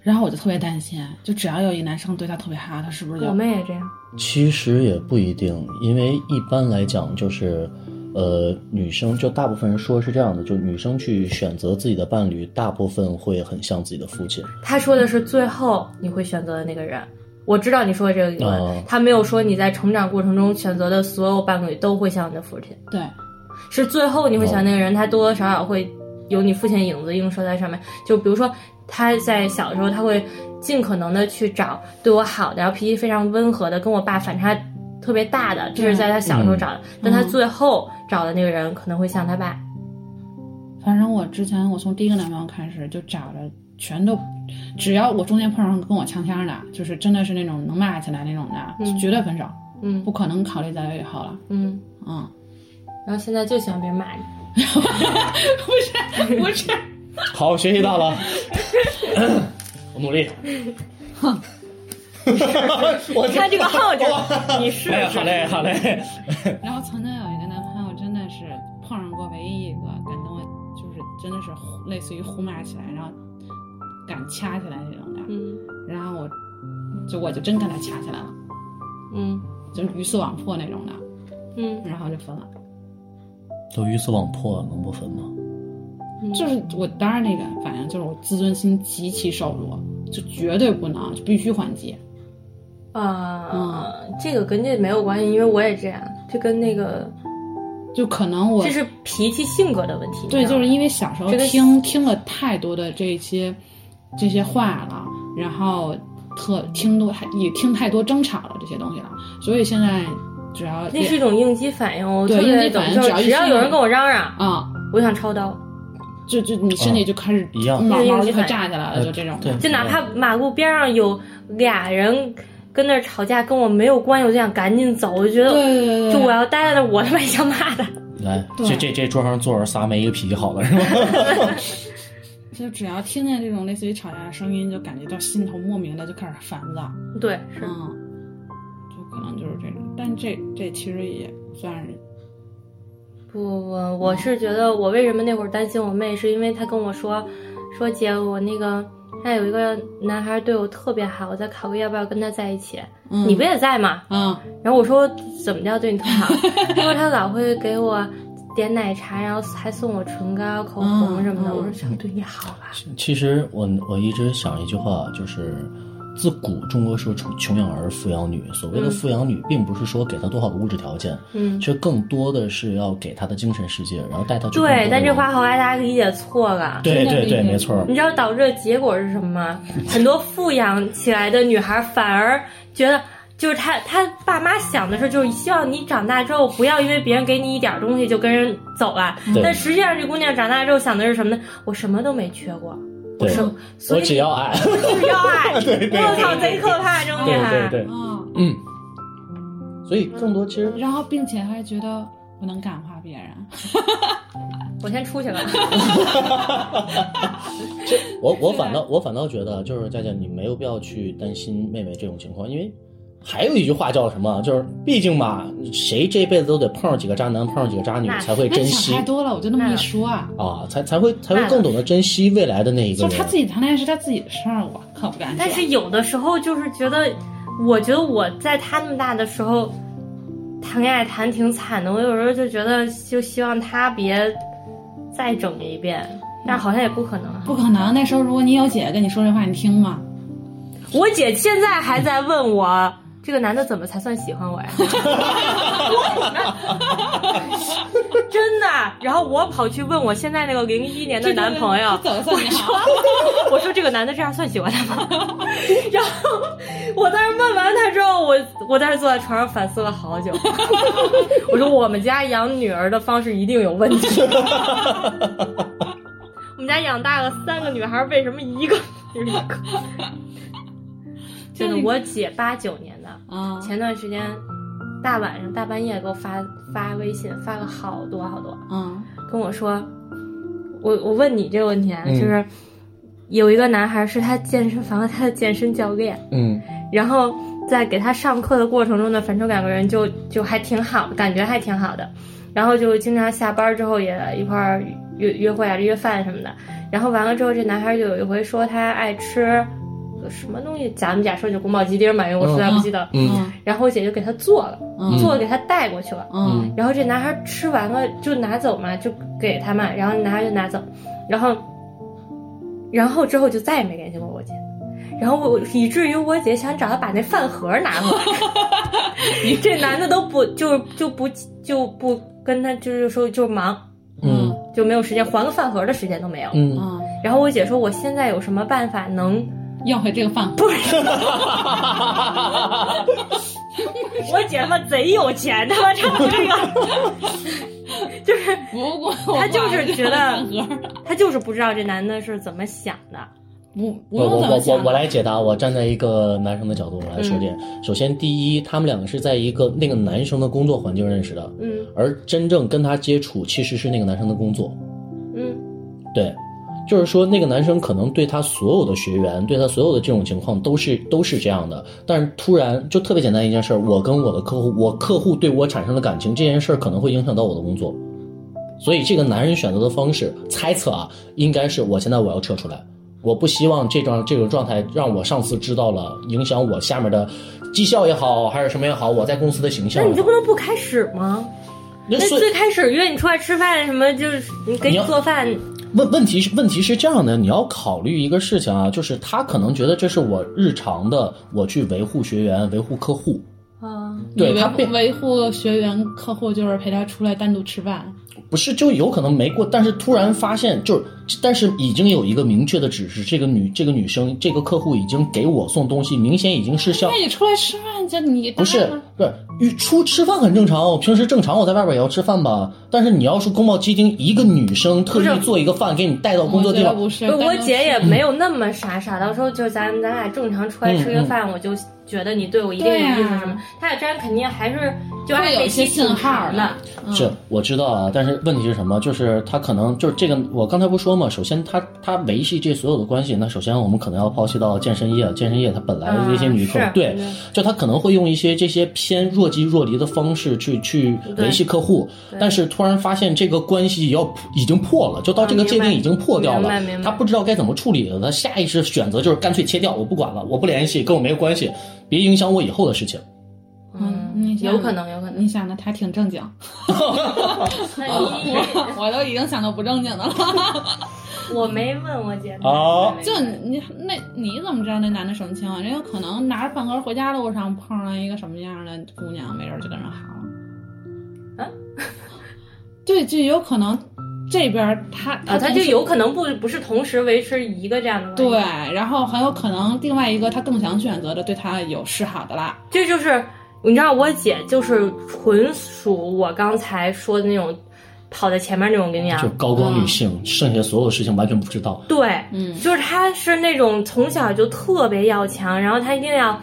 S4: 然后我就特别担心，就只要有一男生对她特别好，她是不是就
S3: 我们也这样，
S5: 其实也不一定，因为一般来讲就是，呃，女生就大部分人说是这样的，就女生去选择自己的伴侣，大部分会很像自己的父亲。
S3: 他说的是最后你会选择的那个人。我知道你说的这个理论，
S5: 哦
S3: 他没有说你在成长过程中选择的所有伴侣都会像你的父亲，
S4: 对？
S3: 是最后你会选那个人，他多多少少会有你父亲的影子映射在上面。就比如说他在小的时候，他会尽可能的去找对我好的，然后脾气非常温和的，跟我爸反差特别大的，这是在他小时候找的。但他最后找的那个人可能会像他爸，
S4: 反正我之前我从第一个男朋友开始就找着全都，只要我中间碰上跟我呛呛的，就是真的是那种能骂起来那种的，
S3: 嗯
S4: 绝对分手，
S3: 嗯
S4: 不可能考虑在以后了。
S3: 嗯。
S4: 嗯， *laughs*
S3: 然后现在就喜欢别人骂你，
S4: 不是不是，
S5: 好，我学习到了， *laughs* 我努力。 *laughs* 我
S3: 你看这个耗
S5: *laughs*
S3: 劲儿，你是
S5: 哎，好嘞，好嘞。
S4: 然后曾经有一个男朋友，真的是碰上过唯一一个敢跟我，就是真的是呼类似于呼骂起来，然后敢掐起来那种的。
S3: 嗯
S4: 然后我就我就真跟他掐起来了，
S3: 嗯
S4: 就鱼死网破那种的，
S3: 嗯
S4: 然后就分了。
S5: 都鱼死网破了，能不分吗？
S3: 嗯
S4: 就是我当时那个反应就是我自尊心极其受弱，就绝对不能，就必须还击。
S3: 啊，这个跟这没有关系，因为我也这样，这跟那个
S4: 就可能我
S3: 这是脾气性格的问题。
S4: 对，就是
S3: 为
S4: 因为小时候
S3: 这个
S4: 听听了太多的这些这些话了，然后特听多也听太多争吵了这些东西了，所以现在只要
S3: 那是一种应激反应，我特
S4: 对
S3: 别
S4: 应激
S3: 懂
S4: 反应
S3: 就是
S4: 只要一
S3: 只要
S4: 生
S3: 有
S4: 病
S3: 人跟我嚷嚷，
S4: 啊、
S3: 我想抄刀，
S4: 就就你身体就开始
S5: 哦一样呃
S4: 毛毛就快炸起来了，就这种。
S5: 对
S3: 就哪怕马路边上有俩人跟那儿吵架，跟我没有关系，我就想赶紧走，我就觉得
S4: 对对对
S3: 就我要待在那儿，我他妈也想骂他。
S5: 来，
S4: 对
S5: 这这这桌上坐着仨没一个脾气好的是吧？ *laughs*
S4: 就只要听见这种类似于吵架的声音，就感觉到心头莫名的就开始烦躁。
S3: 对，是
S4: 嗯，就可能就是这种，但这这其实也算是
S3: 不不不，我是觉得我为什么那会儿担心我妹，是因为她跟我说，说姐我那个。她有一个男孩对我特别好，我在考虑要不要跟他在一起。
S4: 嗯
S3: 你不也在吗？
S4: 啊、
S3: 然后我说怎么叫对你特
S4: *laughs*
S3: 好？他说他老会给我点奶茶，然后还送我唇膏、口红什么的。
S4: 嗯嗯
S3: 我说想对你好吧？
S5: 其实我我一直想一句话，就是自古中国说穷穷养儿富养女，所谓的
S3: 嗯
S5: 富养女，并不是说给她多好的物质条件，
S3: 嗯，
S5: 其实更多的是要给她的精神世界，然后带她去更多
S3: 对
S5: 的。
S3: 但这话后来大家理解错了。
S5: 对
S4: 真的
S5: 对对，
S4: 理解
S5: 没错儿。
S3: 你知道导致的结果是什么吗？很多富养起来的女孩反而觉得，就是她她爸妈想的是，就是希望你长大之后不要因为别人给你一点东西就跟人走了
S5: 对。
S3: 但实际上这姑娘长大之后想的是什么呢？我什么都没缺过，我
S5: 对
S3: 什么，所
S5: 我
S3: 以
S5: 只要爱。 *laughs*
S3: 只要爱。我操，贼可怕，这种女孩。
S5: 对对对，
S4: 啊、
S5: 嗯。所以更多其实
S4: 然后并且还觉得我能感化别人，
S3: 我先出去了。
S5: 我我反
S4: 啊
S5: 倒我反倒觉得，啊就是佳佳，你没有必要去担心妹妹这种情况，因为还有一句话叫什么？啊就是毕竟嘛，谁这辈子都得碰上几个渣男，碰上几个渣女，
S3: 那是
S5: 才会
S4: 那
S5: 珍
S4: 你
S5: 惜
S4: 哎想太多了，我就那
S3: 嗯
S4: 么一说啊。
S5: 啊，才才会才会
S3: 那
S5: 更懂得珍惜未来的那一个
S4: 就
S5: 人
S4: 他。自己谈恋爱是他自己的事儿，我可不敢讲。
S3: 但是有的时候就是觉得，我觉得我在他那么大的时候谈恋爱谈挺惨的，我有时候就觉得就希望他别再整一遍，但是好像也不可能。啊
S4: 不可能，那时候如果你有姐姐跟你说这话，你听吗？
S3: 我姐现在还在问我。这个男的怎么才算喜欢我呀？ *laughs* 真的。啊然后我跑去问我现在那个零一年的男朋友，
S4: 这嗯怎么算你好？
S3: *laughs* 我说这个男的这样算喜欢他吗？ *laughs* 然后我当时问完他之后，我我当时坐在床上反思了好 *laughs* 久。我说我们家养女儿的方式一定有问 *laughs* 题。我们家养大了三个女孩，为什么一 *laughs* 个就是一个？真的，我姐八九年的，
S4: 啊，
S3: 前段时间大晚上大半夜给我发发微信，发了好多好
S5: *laughs*
S3: 多。
S4: 嗯
S3: 跟我说，我我问你这个问题啊，
S5: 嗯
S3: 就是有一个男孩是他健身房他的健身教练，
S5: 嗯，
S3: 然后在给他上课的过程中呢，反正两个人就就还挺好，感觉还挺好的，然后就经常下班之后也一块儿约约会啊、约饭什么的，然后完了之后，这男孩就有一回说他爱吃。什么东西？咱们假设就宫保鸡丁嘛，因为我实在不记得。
S5: 嗯
S4: 嗯
S3: 然后我姐就给他做了，
S4: 嗯
S3: 做了给他带过去了。
S4: 嗯
S3: 然后这男孩吃完了就拿走嘛，就给他嘛，然后男孩就拿走，然后，然后之后就再也没联系过我姐，然后我以至于我姐想找他把那饭盒拿回 *laughs* 来，这男的都不就就不就不跟他就是说就忙，
S5: 嗯
S3: 就没有时间还个饭盒的时间都没有。
S5: 嗯，
S4: 嗯，
S3: 然后我姐说我现在有什么办法能？
S4: 要回这个饭盒。
S3: *laughs* 我姐他妈贼有钱，他妈这这个 *laughs* 就是
S4: 不过
S3: 他就是觉得
S4: 我不爱这个饭盒
S3: 他就是不知道这男的是怎么想的。
S4: 不不
S5: 我
S4: 用怎么
S5: 我我我
S4: 想嗯
S5: 我来解答，我站在一个男生的角度来说这。首先，第一，他们两个是在一个那个男生的工作环境认识的，
S3: 嗯
S5: 而真正跟他接触其实是那个男生的工作。
S3: 嗯
S5: 对，就是说那个男生可能对他所有的学员，对他所有的这种情况都是都是这样的，但是突然就特别简单一件事儿，我跟我的客户，我客户对我产生了感情，这件事儿可能会影响到我的工作，所以这个男人选择的方式，猜测啊，应该是我现在我要撤出来。我不希望这种这种状态让我上司知道了，影响我下面的绩效也好，还是什么也好，我在公司的形象
S3: 那
S5: 也好。
S3: 你就不能不开始吗？
S5: 那
S3: 那
S5: 所以
S3: 最开始约你出来吃饭什么，就是你给
S5: 你
S3: 你
S5: 要
S3: 做饭，
S5: 问问题是问题是这样的，你要考虑一个事情啊，就是他可能觉得这是我日常的，我去维护学员、维护客户，
S3: 啊，
S5: 对
S4: 你维
S5: 他
S4: 护
S5: 并
S4: 维护学员客户就是陪他出来单独吃饭，
S5: 不是就有可能没过，但是突然发现就是，但是已经有一个明确的指示，这个女这个女生这个客户已经给我送东西，明显已经是向
S4: 那你出来吃饭就你搭
S5: 不是
S4: 吗
S5: 对，与出吃饭很正常，我平时正常我在外边也要吃饭吧。但是你要是宫保鸡丁，一个女生
S3: 不
S5: 特意
S3: 是
S5: 做一个饭给你带到工作地
S4: 我觉
S5: 方
S4: 得，不是，
S3: 我
S4: 但是
S3: 姐也没有那么傻傻，到时候就咱咱俩正常出来吃个饭，我就觉得你对我一定有意思什么。她俩之间肯定还是就
S4: 会
S3: 暧
S4: 有
S3: 昧
S4: 一些
S3: 期
S4: 信
S3: 挺
S4: 号
S3: 长的，
S5: 是我知道啊，但是问题是什么？就是他可能就是这个，我刚才不说嘛，首先他他维系这所有的关系，那首先我们可能要抛弃到健身业，健身业它本来的这些女客户、
S3: 啊是
S5: 对
S3: 对，
S5: 就他可能会用一些这些偏若即若离的方式去去
S3: 对
S5: 维系客户，
S3: 对
S5: 但是突然发现这个关系要已经破了，就到这个
S3: 啊明
S5: 界定
S3: 白
S5: 已经破掉了
S3: 明白明，白
S5: 他不知道该怎么处理了，他下意识选择就是干脆切掉，我不管了，我不联系，跟我没有关系，别影响我以后的事情。
S4: 嗯，你想
S3: 有可能有
S4: *laughs*
S3: 可能
S4: 你。想的他挺正经，
S3: 那你
S4: *laughs* 我我都已经想到不正经的了。
S3: 我没问我姐，
S5: 哦
S4: *laughs* 就你那你怎么知道那男的什么情况？人有可能拿着饭盒回家路上碰上一个什么样的姑娘，没准就跟人好了。
S3: 啊？
S4: *laughs* 对，就有可能这边儿他
S3: 啊，他
S4: 同
S3: 就
S4: 时
S3: 有可能不不是同时维持一个这样的关系。
S4: 对，啊然后很有可能另外一个他更想选择的对他有示好的啦。
S3: 这就是你知道，我姐就是纯属我刚才说的那种跑在前面那种姑
S5: 就
S3: 娘。
S5: 高光女性，剩下所有事情完全不知道。
S3: 对，
S4: 嗯
S3: 就是她是那种从小就特别要强，然后她一定要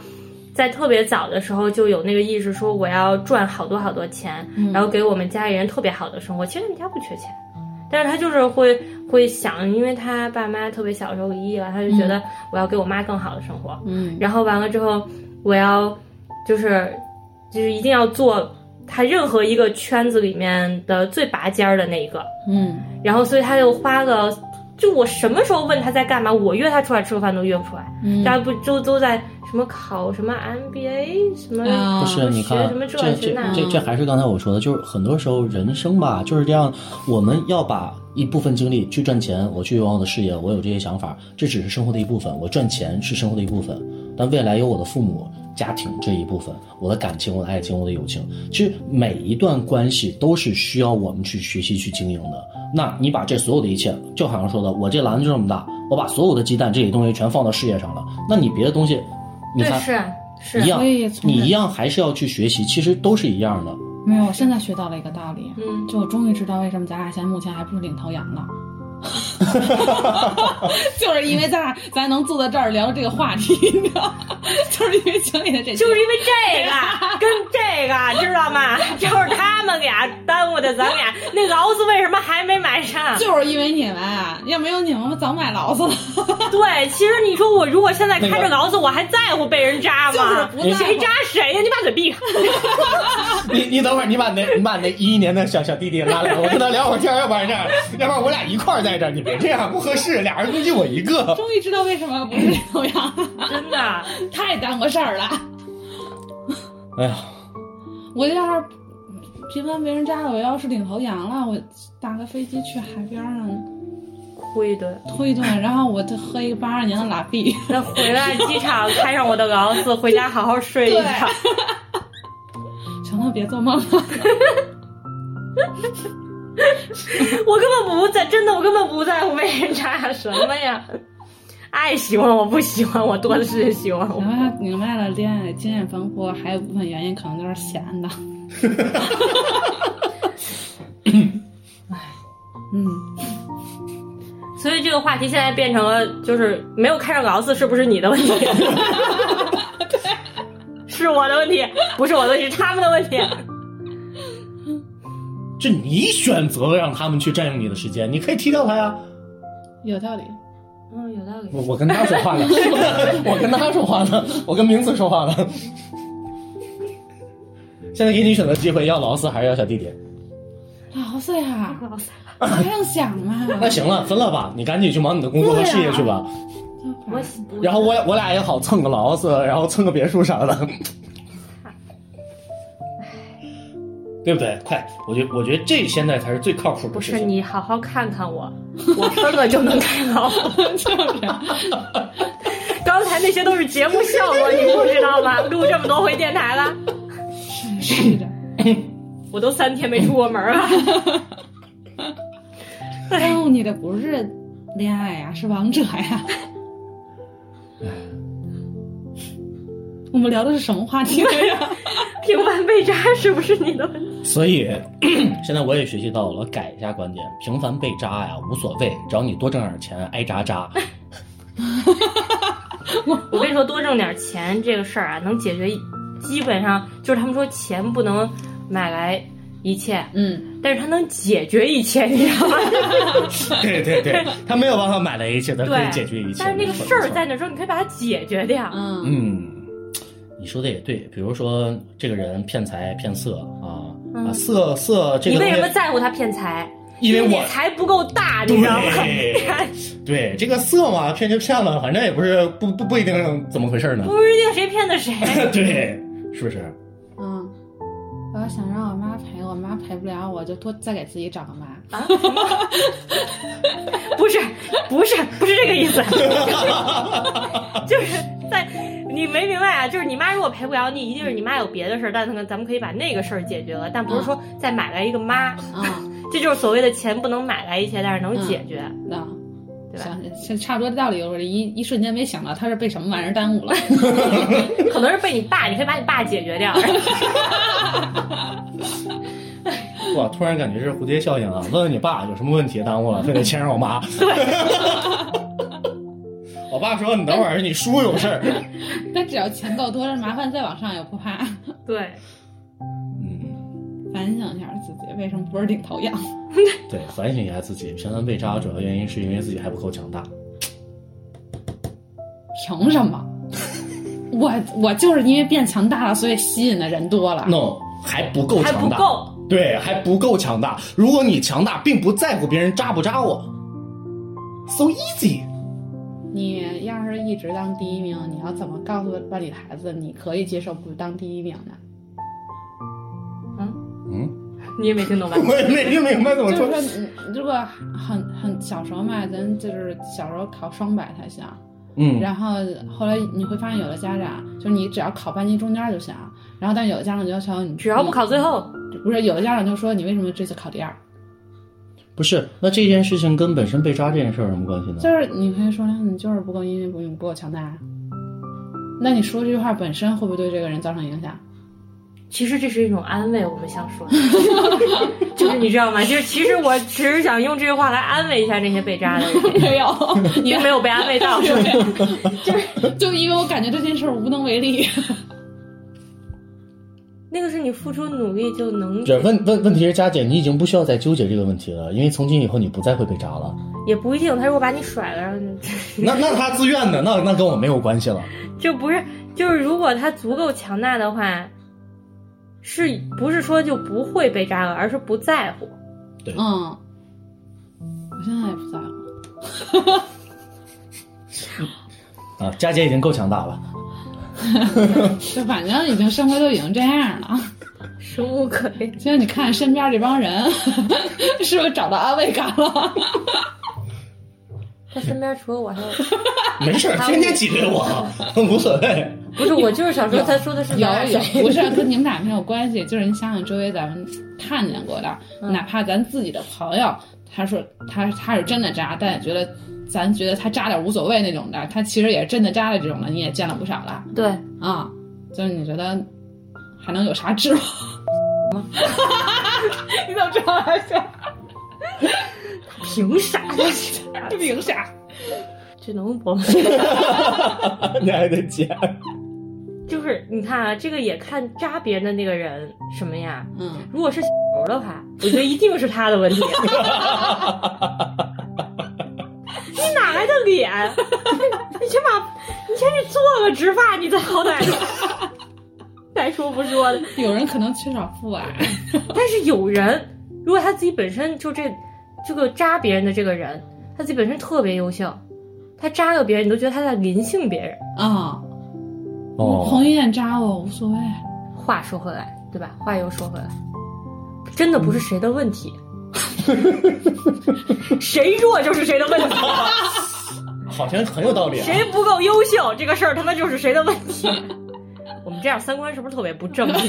S3: 在特别早的时候就有那个意识，说我要赚好多好多钱，
S4: 嗯
S3: 然后给我们家里人特别好的生活。其实我们家不缺钱。但是她就是会会想，因为她爸妈特别小时候离异了，她就觉得我要给我妈更好的生活，
S4: 嗯
S3: 然后完了之后，我要就是就是一定要做他任何一个圈子里面的最拔尖儿的那一个。
S4: 嗯
S3: 然后所以他就花了，就我什么时候问他在干嘛，我约他出来吃个饭都约不出来，
S4: 嗯
S3: 大家不都都在什么考什么 MBA 什么。
S4: 啊
S5: 不是，你看
S3: 学什么这
S5: 这
S3: 学
S5: 这
S3: 那
S5: 这这还是刚才我说的，就是很多时候人生吧就是这样，我们要把一部分精力去赚钱，我去往我的事业，我有这些想法，这只是生活的一部分，我赚钱是生活的一部分，但未来有我的父母、家庭这一部分，我的感情、我的爱情、我的友情，其实每一段关系都是需要我们去学习、去经营的。那你把这所有的一切，就好像说的，我这篮子这么大，我把所有的鸡蛋这些东西全放到事业上了，那你别的东西，你
S3: 对，
S5: 看
S3: 是是
S5: 一，样
S4: 所以，从
S5: 你
S4: 来
S5: 一样还是要去学习，其实都是一样的。
S4: 没有，我现在学到了一个道理，
S3: 嗯
S4: 就我终于知道为什么咱俩现在目前还不是领头羊了。 *laughs* 就是因为咱俩咱能坐在这儿聊这个话题，你知道吗，就是因为经历了这些，
S3: 就是因为这个跟这个，知道吗？ *laughs* 就是他们俩耽误的咱俩。那个劳斯为什么还没买上？
S4: 就是因为你们啊，要没有你们，我早买劳斯了。 *laughs*
S3: 对，其实你说我如果现在
S5: 那
S3: 开
S5: 个
S3: 着劳斯，我还在乎被人扎吗？
S4: 就是不在乎
S3: 谁扎谁呀？你把嘴 *laughs* 闭上。
S5: *laughs* 你你等会儿，你把那你把那一一年的小小弟弟拉来，我跟他聊会儿天，要不然这样，要不然我俩一块儿在这儿，你别这样不合适，俩人攻击我一个。
S4: 终于知道为什么不是领头羊了，
S3: 真的，
S4: 太耽误事儿了。
S5: *laughs* 哎呀，
S4: 我要是频繁被人扎了，我要是领头羊了，我打个飞机去海边上
S3: 哭一顿。
S4: 吐一顿，然后我再喝一个八二年的拉碧。
S3: 那回来机场开上我的劳斯，回家好好睡一觉。
S4: *laughs* 行了，别做梦了。
S3: 我根本不在，真的，我根本不在乎被人扎什么呀。 *laughs* 爱喜欢我不喜欢我，多的是人喜欢我
S4: 明。白了明白了，恋爱经验丰富，还有部分原因可能都是闲的。哎，嗯，
S3: 所以这个话题现在变成了，就是没有开上劳斯是不是你的 *laughs* 问题？是我的问题，不是我的问题，是他们的问题。
S5: 这你选择让他们去占用你的时间，你可以踢掉他啊呀。
S4: 有道理。
S3: 嗯，有道理。
S5: 我我跟他说话呢， *laughs* 我跟他说话呢，我跟名字说话呢。 *laughs* 现在给你选择机会，要劳斯还是要小弟弟？
S4: 劳斯呀，
S3: 劳斯，
S4: 还用啊想 *laughs* 吗？
S5: 那行了，分了吧，你赶紧去忙你的工作和事
S4: 啊
S5: 业去吧。
S3: 嗯我
S5: 然后我我俩也好蹭个劳斯，然后蹭个别墅啥的， *laughs* 对不对？快，我觉我觉得这现在才是最靠谱
S3: 不
S5: 的事
S3: 是
S5: 情。
S3: 你好好看看我，我说了就能开劳斯。刚才那些都是节目效果，你不知道吗？录这么多回电台了，
S4: 真是的。
S3: 我都三天没出过门了。
S4: 耽误你的不是恋
S5: 哎
S4: 爱呀，是王者呀。我们聊的是什么话题来着？ *laughs*
S3: 平凡被渣是不是你的问题？
S5: 所以 *clears throat* 现在我也学习到了，改一下观点，频繁被扎呀无所谓，只要你多挣点钱，爱
S3: *laughs*
S5: 扎扎。
S3: 我跟你说，多挣点钱这个事儿啊，能解决基本上就是他们说钱不能买来一切，
S4: 嗯，
S3: 但是它能解决一切，你知道
S5: *laughs*
S3: 吗？
S5: 对对对，他没有办法买来一切，他可以
S3: 对，
S5: 解决一切。
S3: 但是那个
S5: 没错
S3: 事
S5: 没
S3: 儿
S5: 错
S3: 在那之后，你可以把它解决掉。
S4: 嗯
S5: 嗯，你说的也对，比如说这个人骗财骗色啊、啊，色色这
S3: 嗯
S5: 个
S3: 你为
S5: 东
S3: 什
S5: 西
S3: 么在乎他骗财？
S5: 因为
S3: 你
S5: 我
S3: 财不够大，你知道
S5: *laughs*
S3: 吗？
S5: 对对这个色嘛，骗就骗了，反正也不是不不不一定怎么回事呢。
S3: 不一定谁骗的谁。
S5: *laughs* 对，是不是？
S4: 嗯，我要想让我妈陪我妈陪不了，我就多再给自己找个妈。
S3: 不是，不是，不是这个意思， *laughs* 就是在你没明白啊，就是你妈如果陪不了你，一定是你妈有别的事儿，但可能咱们可以把那个事儿解决了，但不是说再买来一个妈，
S4: 嗯，
S3: 这就是所谓的钱不能买来一切，但是能解决。
S4: 那。
S3: 对吧
S4: 想想差不多道理，我这一一瞬间没想到他是被什么玩意儿耽误了。
S5: 嗯
S3: 可能是被你爸，你可以把你爸解决
S5: *laughs*
S3: 掉。
S5: 哇，突然感觉是蝴蝶效应啊！问问你爸有什么问题耽误了，非得牵上
S3: *laughs*
S5: 我妈。我爸说：“你等会儿，你叔有事儿。
S4: 但只要钱够多，麻烦再往上也不怕。
S3: 对，”
S5: 嗯，
S4: 反省一下自己，为什么不是领头羊？
S5: 对，反省一下自己，频繁被扎主要原因是因为自己还不够强大。
S4: 凭什么？我我就是因为变强大了，所以吸引的人多了。
S5: no，还不够
S3: 还
S5: 强
S3: 不
S5: 大，
S3: 够。
S5: 对，还不够强大。如果你强大，并不在乎别人扎不扎我，so easy。
S4: 你要是一直当第一名，你要怎么告诉班里的孩子你可以接受不当第一名呢？
S5: 嗯，
S3: 你也没听懂吧？
S5: *laughs* 我也没听明白怎么
S4: 就是
S5: 说。
S4: 说你，你如果很很小时候嘛，咱就是小时候考双百才行，
S5: 嗯，
S4: 然后后来你会发现有的家长就是你只要考班级中间就行，然后但有的家长就要求你
S3: 只要不，考最后，
S4: 你不是有的家长就说你为什么这次考第二？
S5: 不是，那这件事情跟本身被扎这件事有什么关系呢？
S4: 就是你可以说你就是不够，因为不你不够强大。那你说这句话本身会不会对这个人造成影响？
S3: 其实这是一种安慰，我们想说， *laughs* 就是你知道吗？就是其实我只是想用这句话来安慰一下那些被扎的人，
S4: *laughs* 没 *laughs* 有，你
S3: 并 *laughs* 没有被安慰到。
S4: 就因为我感觉这件事儿无能为力。 *laughs*
S3: 那个是你付出努力就能，
S5: 这问问问题是，佳姐，你已经不需要再纠结这个问题了，因为从今以后你不再会被扎
S4: *laughs*
S5: 了。
S3: 也不一定。他如果把你甩了，然后你 *laughs*
S5: 那那他自愿的，那那跟我没有关系了。
S3: 就不是，就是如果他足够强大的话，是不是说就不会被扎了，而是不在乎？
S4: 嗯，我现在也不在乎。
S5: 啊，佳姐已经够强大了。
S4: 就反正已经生活都已经这样了，
S3: 生无可恋。
S4: 现在你看身边这帮人， *laughs* 是不是找到安慰感了？
S3: 他身边除了我还 *laughs* 有，
S5: 没事儿，天天挤兑我， *laughs* 无所谓。 *laughs*
S3: 不是我就是想说，他说的
S4: *laughs*
S3: 是
S4: 有
S3: 咱俩
S4: 有
S3: 谁，
S4: 不是跟你们俩没有关系，就是你想想周围咱们看见过的，哪怕咱自己的朋友，他说他他是真的渣，但也觉得咱觉得他渣点无所谓那种的，他其实也是真的渣的这种的，你也见了不少了
S3: 对，
S4: 啊、就是你觉得还能有啥指望？ *laughs* 你怎么知道还行？
S3: *laughs* 凭啥？
S4: *laughs* 这凭啥？
S3: *laughs* 这能播吗？
S5: 你还得剪。
S3: *laughs* 就是你看啊，这个也看扎别人的那个人什么样。
S4: 嗯，
S3: 如果是小猴的话，我觉得一定是他的问题。你哪来的脸？你先把，你先去做个植发，你再好歹。 *laughs* 该说不说的，
S4: 有人可能缺少父爱、
S3: 但是有人，如果他自己本身就这这个扎别人的这个人，他自己本身特别优秀，他扎了别人，你都觉得他在临幸别人。
S4: 啊。彭
S5: 哦，
S4: 于晏扎我无所谓，
S3: 话说回来，对吧？话又说回来，真的不是谁的问题， *laughs* 谁弱就是谁的问题，
S5: 好像很有道理啊。
S3: 谁不够优秀，这个事儿他妈就是谁的问题。 *laughs* 我们这样三观是不是特别不正？啊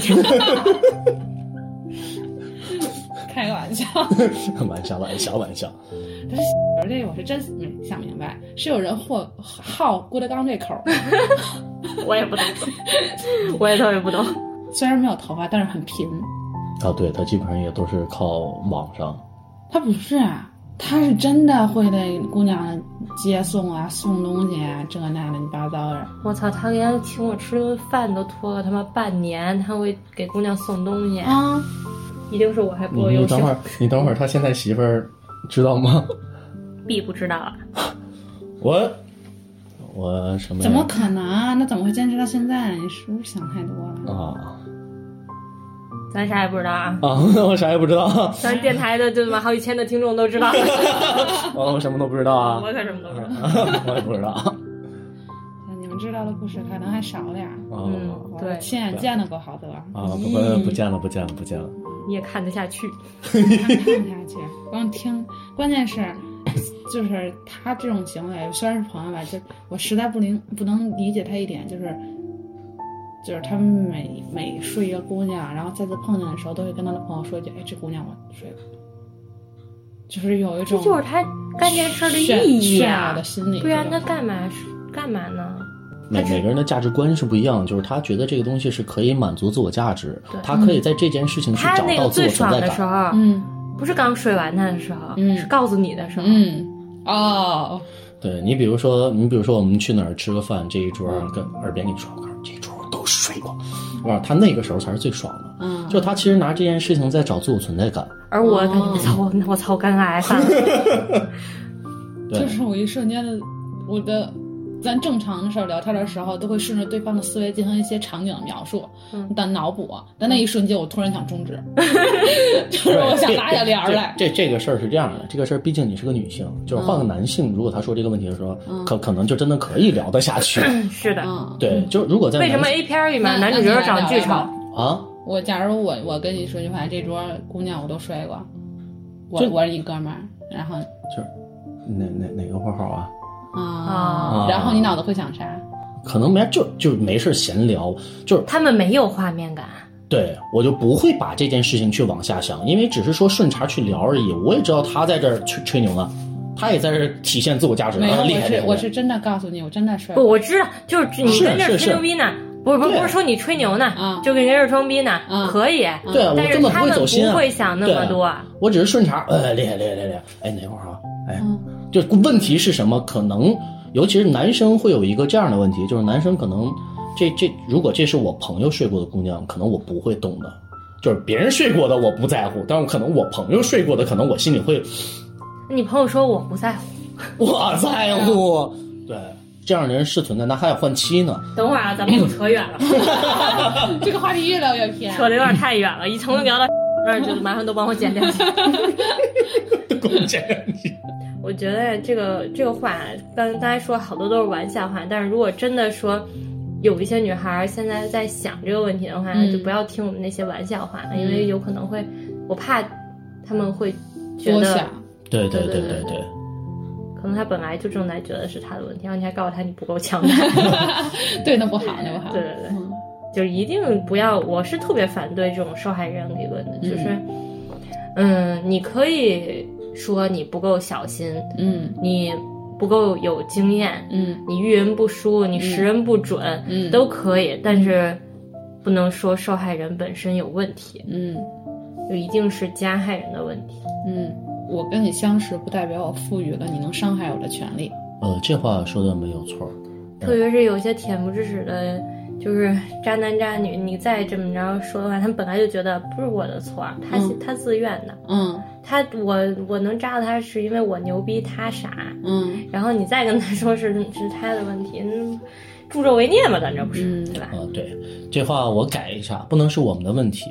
S4: 开个玩笑。
S5: *laughs* 玩笑了，小玩笑。
S4: 儿这我是真没想明白，是有人或好郭德纲这口儿，
S3: *laughs* 我也不懂，我也特别不懂。
S4: 虽然没有头发，但是很贫。
S5: 啊，对他基本上也都是靠网上。
S4: 他不是啊，他是真的会给姑娘接送啊、送东西啊，这那乱七八糟的。
S3: 我操，他连请我吃顿饭都拖了他妈半年，他会给姑娘送东西，
S4: 啊，
S3: 一定是我还不
S5: 你
S3: 够
S5: 你
S3: 优秀
S5: 等会，儿，你等会儿，他现在媳妇儿知道吗？
S3: 必不知道啊。
S5: 我我什么呀？
S4: 怎么可能啊？那怎么会坚持到现在？你是不是想太多了？
S5: 啊
S3: 咱啥也不知道啊，
S5: 啊！ *laughs* 我啥也不知道，
S3: *laughs* 咱电台的对吧？好几千的听众都知道，
S5: 我什么都不知道啊，
S3: 我可什么都不知道。
S5: 我也不
S3: *laughs*
S5: 知道啊。
S4: 你们知道的故事可能还少点儿。
S3: 嗯，
S4: 我
S3: 对，
S4: 亲眼见到过好多，
S5: 哦啊，不不不见了，不见了，不见了。
S3: 你也看得下去。
S4: 看不下去，光听。关键是，就是他这种行为，虽然是朋友吧，就我实在不灵不能理解他一点，就是，就是他每每睡一个姑娘，然后再次碰见的时候，都会跟他的朋友说一句：“哎，这姑娘我睡了。”就是有一
S3: 这
S4: 种
S3: 就是他干这件事儿的
S4: 炫
S3: 意义
S4: 炫耀
S3: 啊
S4: 的，心理，
S3: 不然他
S4: 这种
S3: 干嘛干嘛呢？
S5: 每每个人的价值观是不一样的，就是他觉得这个东西是可以满足自我价值
S3: 对，嗯
S5: 他可以在这件事情去
S3: 他
S5: 找
S3: 那
S5: 到
S3: 个
S5: 自我
S3: 最
S5: 存
S3: 爽
S5: 在
S3: 的时
S5: 感。
S3: 候，
S4: 嗯
S3: 不是刚睡完他的时候，
S4: 嗯
S3: 是告诉你的时候。
S4: 嗯哦，
S5: 对你比如说，你比如说我们去哪儿吃个饭，这一桌跟耳边跟你说，我告诉你这一桌我都睡过，哇，他那个时候才是最爽的。
S4: 嗯，
S5: 就他其实拿这件事情在找自我存在感。
S3: 而我感
S4: 哦
S3: 觉操，我我操，尴尬癌犯了。
S5: 对，
S4: 就是我一瞬间的，我的，咱正常的时候聊天的时候，都会顺着对方的思维进行一些场景的描述，
S3: 嗯
S4: 但脑补。但那一瞬间，我突然想终 *laughs* 止，就是 *laughs* 我想拉下帘儿来。嗯
S5: 这这这这个事儿是这样的，这个事儿毕竟你是个女性，就是换个男性，如果他说这个问题的时候，可可能就真的可以聊得下去。
S3: 是的，
S4: 嗯，
S5: 对，就是如果在
S3: 为什么
S5: 男
S3: A 片里面
S4: 那
S3: 男主角长巨？
S4: 那你来聊聊
S3: 丑？
S4: 吧
S5: 啊？
S4: 我假如我我跟你说句话，这桌姑娘我都睡过，我
S5: 这
S4: 我是一哥们儿，然后
S5: 就是哪哪哪个花好啊？
S4: 啊
S5: 啊
S4: 然后你脑子会想啥？
S5: 可能没就就没事闲聊，就是
S3: 他们没有画面感，
S5: 对我就不会把这件事情去往下想，因为只是说顺茬去聊而已。我也知道他在这儿吹吹牛呢，他也在这儿体现自我价值，
S4: 没有，
S5: 啊厉
S4: 我
S5: 害厉
S4: 是
S5: 害。
S4: 我是真的告诉你，我真的睡
S3: 不，
S4: 过。
S3: 我知道，就是你
S5: 是
S3: 跟这儿
S5: 是
S3: 吹牛逼呢，不是不是
S5: 对
S3: 不是说你吹牛呢
S4: 啊，
S3: 就跟人这儿装逼呢
S4: 啊，
S3: 可以。
S5: 对啊，我
S3: 但是
S5: 根本
S3: 他
S5: 会
S3: 们
S5: 走心啊，
S3: 不会想那么多
S5: 对啊我只是顺茬，哎，厉害厉害厉害厉害，哎，哪会儿啊？哎，
S4: 嗯
S5: 就问题是什么？可能尤其是男生会有一个这样的问题，就是男生可能这这如果这是我朋友睡过的姑娘，可能我不会懂的，就是别人睡过的我不在乎，但是可能我朋友睡过的，可能我心里会
S3: 你朋友说我不在乎，
S5: 我在乎，对。这样的人是存在，那还得换妻呢。
S3: 等会儿啊，咱们又扯远了，
S4: 这个话题越聊越偏。
S3: 扯的有点太远了，一层都聊到那儿就麻烦都帮我剪掉。
S5: 关键
S3: 我觉得这个这个话，刚刚才说好多都是玩笑话，但是如果真的说有一些女孩儿现在在想这个问题的话，
S4: 嗯
S3: 就不要听我们那些玩笑话，因为有可能会，我怕他们会觉
S4: 多
S3: 得
S4: 想，， *laughs*
S5: 对对对
S3: 对
S5: 对
S3: 对
S5: 对，
S3: 可能他本来就正在觉得是他的问题，然后你还告诉他你不够强大，
S4: 对，那不好，那不好。
S3: 对对对，
S4: 嗯
S3: 就是一定不要，我是特别反对这种受害人理论的，就是，嗯，你可以说你不够小心，
S4: 嗯
S3: 你不够有经验，
S4: 嗯
S3: 你遇人不淑，你识人不准，
S4: 嗯
S3: 都可以，但是不能说受害人本身有问题，
S4: 嗯
S3: 就一定是加害人的问题。
S4: 嗯，我跟你相识，不代表我赋予了你能伤害我的权利。
S5: 呃，这话说的没有错。
S4: 嗯
S3: 特别是有些恬不知耻的，就是渣男渣女，你再这么着说的话，他们本来就觉得不是我的错，他、
S4: 嗯
S3: 他自愿的，
S4: 嗯
S3: 他我我能渣了他是因为我牛逼，他傻，
S4: 嗯
S3: 然后你再跟他说是是他的问题，嗯助纣为虐嘛，咱这不是、
S4: 嗯
S3: 对吧？
S5: 啊，对，这话我改一下，不能是我们的问题，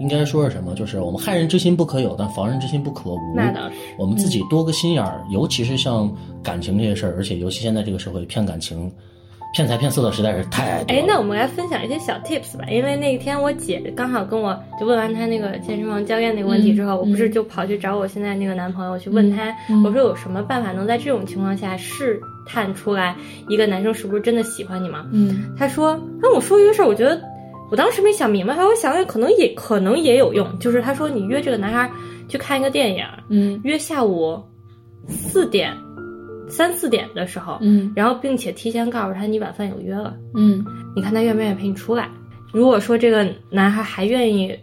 S5: 应该说是什么？就是我们害人之心不可有，但防人之心不可无。
S3: 那倒是
S5: 我们自己多个心眼儿，尤其是像感情这些事儿，而且尤其现在这个社会骗感情、骗财骗色的实在是太多了。
S3: 哎，那我们来分享一些小 tips 吧，因为那天我姐刚好跟我就问完她那个健身房教练那个问题之后，我不是就跑去找我现在那个男朋友去问他，我说有什么办法能在这种情况下试探出来一个男生是不是真的喜欢你吗？
S4: 嗯
S3: 他说，跟我说一个事儿，我觉得我当时没想明白，后来我想想可能也可能也有用，就是他说你约这个男孩去看一个电影，
S4: 嗯
S3: 约下午四点三四点的时候，
S4: 嗯
S3: 然后并且提前告诉他你晚饭有约了，
S4: 嗯
S3: 你看他愿不愿意陪你出来。如果说这个男孩还愿意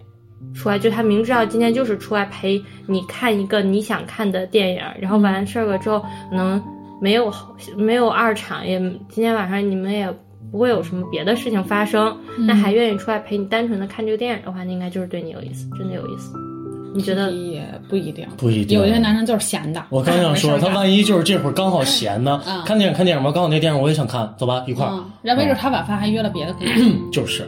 S3: 出来，就他明知道今天就是出来陪你看一个你想看的电影，然后完事儿了之后，可能没有没有二场，也今天晚上你们也不会有什么别的事情发生，
S4: 嗯
S3: 那还愿意出来陪你单纯的看这个电影的话，那应该就是对你有意思，真的有意思。你觉得？
S4: 也不一定，
S5: 不一定
S4: 有些男生就是闲的。
S5: 我刚想说，
S4: *laughs* 没事
S5: 他
S4: 儿干
S5: 万一就是这会儿刚好闲呢
S4: 嗯，
S5: 看电影看电影吧，刚好那电影我也想看，走吧，一块儿
S4: 嗯，，然后没准他晚饭还约了别的姑娘。
S5: 就是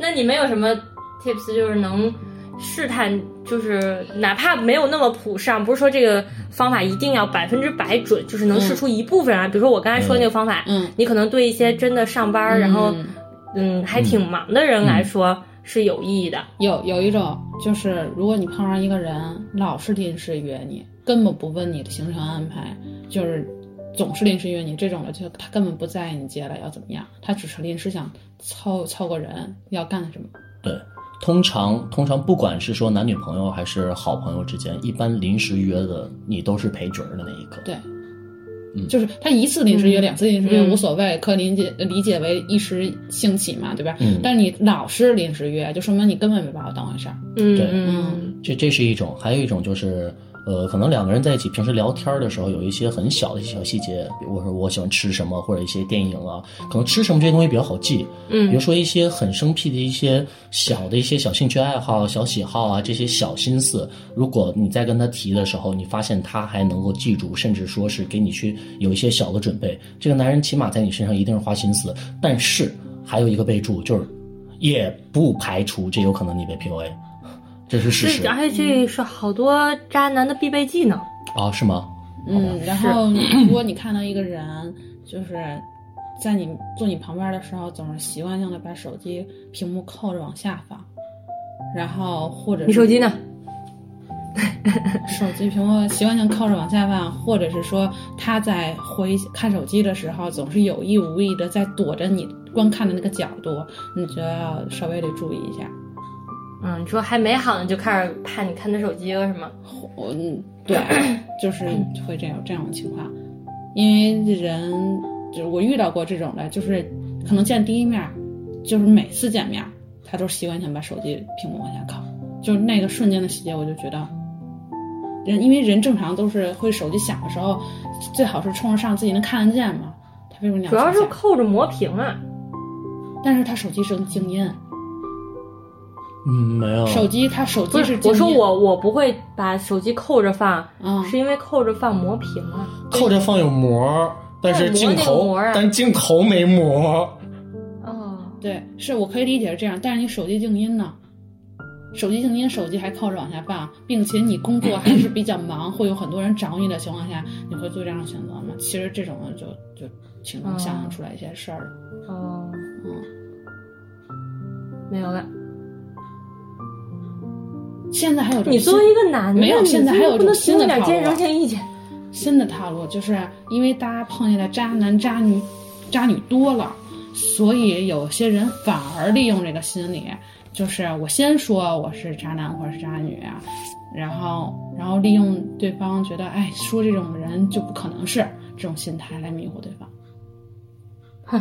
S3: 那你们有什么 tips，就是能试探，就是哪怕没有那么普上，不是说这个方法一定要百分之百准，就是能试出一部分啊。比如说我刚才说的那个方法，
S4: 嗯
S3: 你可能对一些真的上班，然后嗯还挺忙的人来说、是有意义的。
S4: 有有一种就是，如果你碰上一个人老是临时约你，根本不问你的行程安排，就是总是临时约你这种的，就他根本不在意你接下来要怎么样，他只是临时想凑凑个人要干什么。
S5: 对。通常，通常不管是说男女朋友还是好朋友之间，一般临时约的你都是陪准儿的那一个。
S4: 对，
S5: 嗯
S4: 就是他一次临时约、
S3: 嗯
S4: 两次临时约
S3: 嗯
S4: 无所谓，可理解理解为一时兴起嘛，对吧？
S5: 嗯
S4: 但是你老是临时约，就说明你根本没把我当回事儿。
S3: 嗯
S5: 对
S3: 嗯
S5: 这这是一种，还有一种就是，呃，可能两个人在一起平时聊天的时候，有一些很小的小细节，比如说我喜欢吃什么，或者一些电影啊，可能吃什么这些东西比较好记。比如
S3: 嗯
S5: 说一些很生僻的一些小的一些小兴趣爱好、小喜好啊，这些小心思，如果你在跟他提的时候，你发现他还能够记住，甚至说是给你去有一些小的准备，这个男人起码在你身上一定是花心思的。但是还有一个备注，就是也不排除这有可能你被 PUA，这是事实
S3: 这而且这是好多渣男的必备技能。
S5: 啊？是吗？
S4: 嗯，然后如果你看到一个人，就是在你坐你旁边的时候，总是习惯性的把手机屏幕扣着往下放，然后或者是
S3: 你手机呢？
S4: 手机屏幕习惯性靠着往下放，或者是说他在回看手机的时候，总是有意无意的在躲着你观看的那个角度，你就要稍微得注意一下。
S3: 嗯，你说还没好呢，就开始怕你看他手机了是吗？
S4: 我嗯，对，
S3: *coughs*
S4: 就是会这样这样的情况，因为人就是我遇到过这种的，就是可能见第一面，就是每次见面，他都习惯性把手机屏幕往下靠，就是那个瞬间的细节，我就觉得。人因为人正常都是会手机响的时候，最好是冲着上自己能看得见嘛。他为什么两
S3: 主要
S4: 次
S3: 是
S4: 响？
S3: 扣着磨屏啊。
S4: 但是他手机是个静音，
S5: 嗯，没有。
S4: 手机他手
S3: 不
S4: 机
S3: 是，
S4: 静
S3: 我
S4: 音。
S3: 说我我不会把手机扣着放，
S4: 嗯
S3: 是因为扣着放磨屏啊。
S5: 扣着放有膜，但是镜
S3: 但是膜那个
S5: 头，
S3: 膜啊
S5: 但是镜头没膜。
S3: 哦，
S4: 对，是我可以理解是这样，但是你手机静音呢？手机静音，手机还靠着往下放，并且你工作还是比较忙，会有很多人找你的情况下，你会做这样的选择吗？其实这种的就就挺
S3: 嗯
S4: 能想象出来一些事儿的。
S3: 哦，
S4: 嗯，
S3: 没有了。
S4: 现在还有这种
S3: 你作为一个男的，
S4: 没有
S3: 你
S4: 现在还有
S3: 不能
S4: 这种
S3: 提供
S4: 新的
S3: 点
S4: 套
S3: 建
S4: 路
S3: 设性意
S4: *laughs*
S3: 见。
S4: 新的套路，就是因为大家碰见的渣男、渣女、渣女多了，所以有些人反而利用这个心理，就是我先说我是渣男或者是渣女啊，然后然后利用对方觉得哎说这种人就不可能是这种心态来迷惑对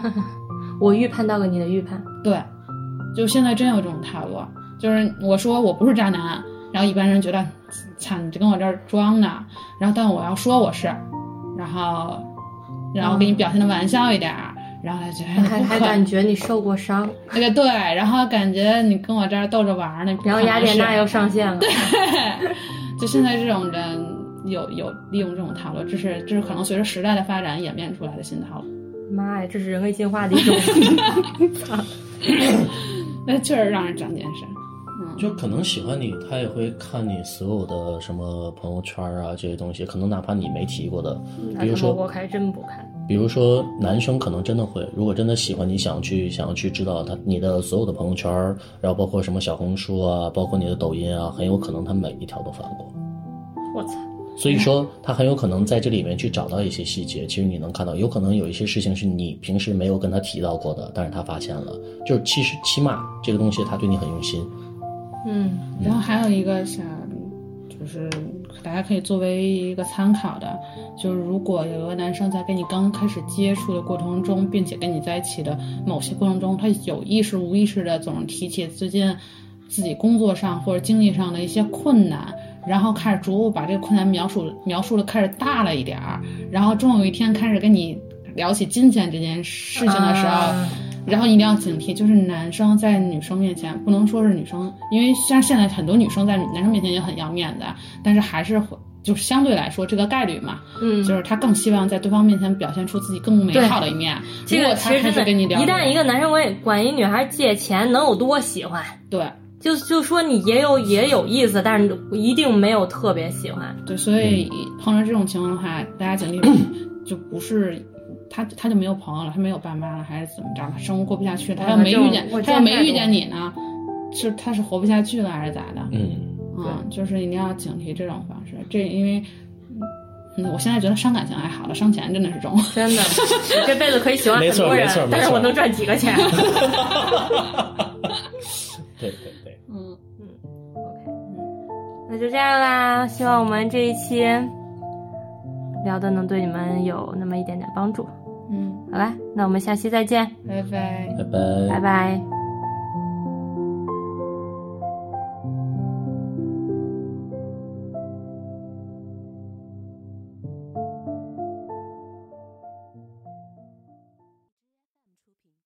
S4: 方。
S3: 我预判到了你的预
S4: *laughs*
S3: 判，
S4: 对，就现在真有这种套路，就是我说我不是渣男，然后一般人觉得，操，你这跟我这儿装呢，然后但我要说我是，然后，然后给你表现的玩笑一点儿，然后他觉得
S3: 嗯还还感觉你受过
S4: *laughs*
S3: 伤，
S4: 那个对，然后感觉你跟我这儿逗着玩儿呢，
S3: 然后雅典娜
S4: 又
S3: 又上线了。对，
S4: 就现在这种人有有利用这种套路，这是这是可能随着时代的发展演变出来的新套路。
S3: 妈呀，这是人类进化的一
S4: *laughs*
S3: 种。
S4: 那确实让人长见识，
S3: 嗯
S5: 就可能喜欢你，他也会看你所有的什么朋友圈啊这些东西，可能哪怕你没提过的，
S3: 那
S5: 比如
S3: 他妈
S5: 说
S3: 我还真不看。
S4: *laughs*
S5: 比如说男生可能真的会，如果真的喜欢你，想要去想要去知道他你的所有的朋友圈儿，然后包括什么小红书啊，包括你的抖音啊，很有可能他每一条都翻过。
S3: 我操，
S5: 所以说，他很有可能在这里面去找到一些细节。其实你能看到，有可能有一些事情是你平时没有跟他提到过的，但是他发现了。就是其实起码这个东西他对你很用心。
S3: 嗯，
S4: 然后还有一个想，就是大家可以作为一个参考的，就是如果有一个男生在跟你刚开始接触的过程中，并且跟你在一起的某些过程中，他有意识无意识的总是提起最近自己工作上或者经济上的一些困难，然后开始逐步把这个困难描述描述的开始大了一点儿，然后终有一天开始跟你聊起金钱这件事情的时候。
S3: 啊
S4: 然后一定要警惕，就是男生在女生面前不能说是女生，因为像现在很多女生在男生面前也很要面子，但是还是会就是相对来说这个概率嘛，
S3: 嗯，
S4: 就是他更希望在对方面前表现出自己更美好的一面。
S3: 这
S4: 如
S3: 个
S4: 果
S3: 其
S4: 他
S3: 实
S4: 开
S3: 真
S4: 始
S3: 的，
S4: 跟你聊，
S3: 一旦一嗯个男生管管一女孩借钱，能有多喜欢？
S4: 对
S3: 就就说你也有也有意思，但是一定没有特别喜欢。
S4: 对，所以碰到这种情况的话，大家警惕就不是。他他就没有朋友了，他没有爸妈了，还是怎么着？他生活过不下去了。他要没遇见
S3: 我，
S4: 他
S3: 见
S4: 要没遇
S3: 太
S4: 见
S3: 多
S4: 你呢，是他是活不下去了还是咋的？
S5: 嗯，
S4: 嗯，就是一定要警惕这种方式。这因为，嗯，我现在觉得伤感情还好了，伤钱真的是重。
S3: 真 *laughs* 的，我这辈子可以喜欢
S5: 没
S3: 很
S5: 错
S3: 多人
S5: 没错没，错
S3: 但是我能赚几个
S5: *laughs*
S3: 钱
S5: 对对对，
S4: 嗯，
S3: ？OK，那就这样啦。希望我们这一期聊的能对你们有那么一点点帮助。
S4: 嗯，
S3: 好吧，那我们下期再见，
S4: 拜拜。
S5: 拜拜
S3: 拜拜。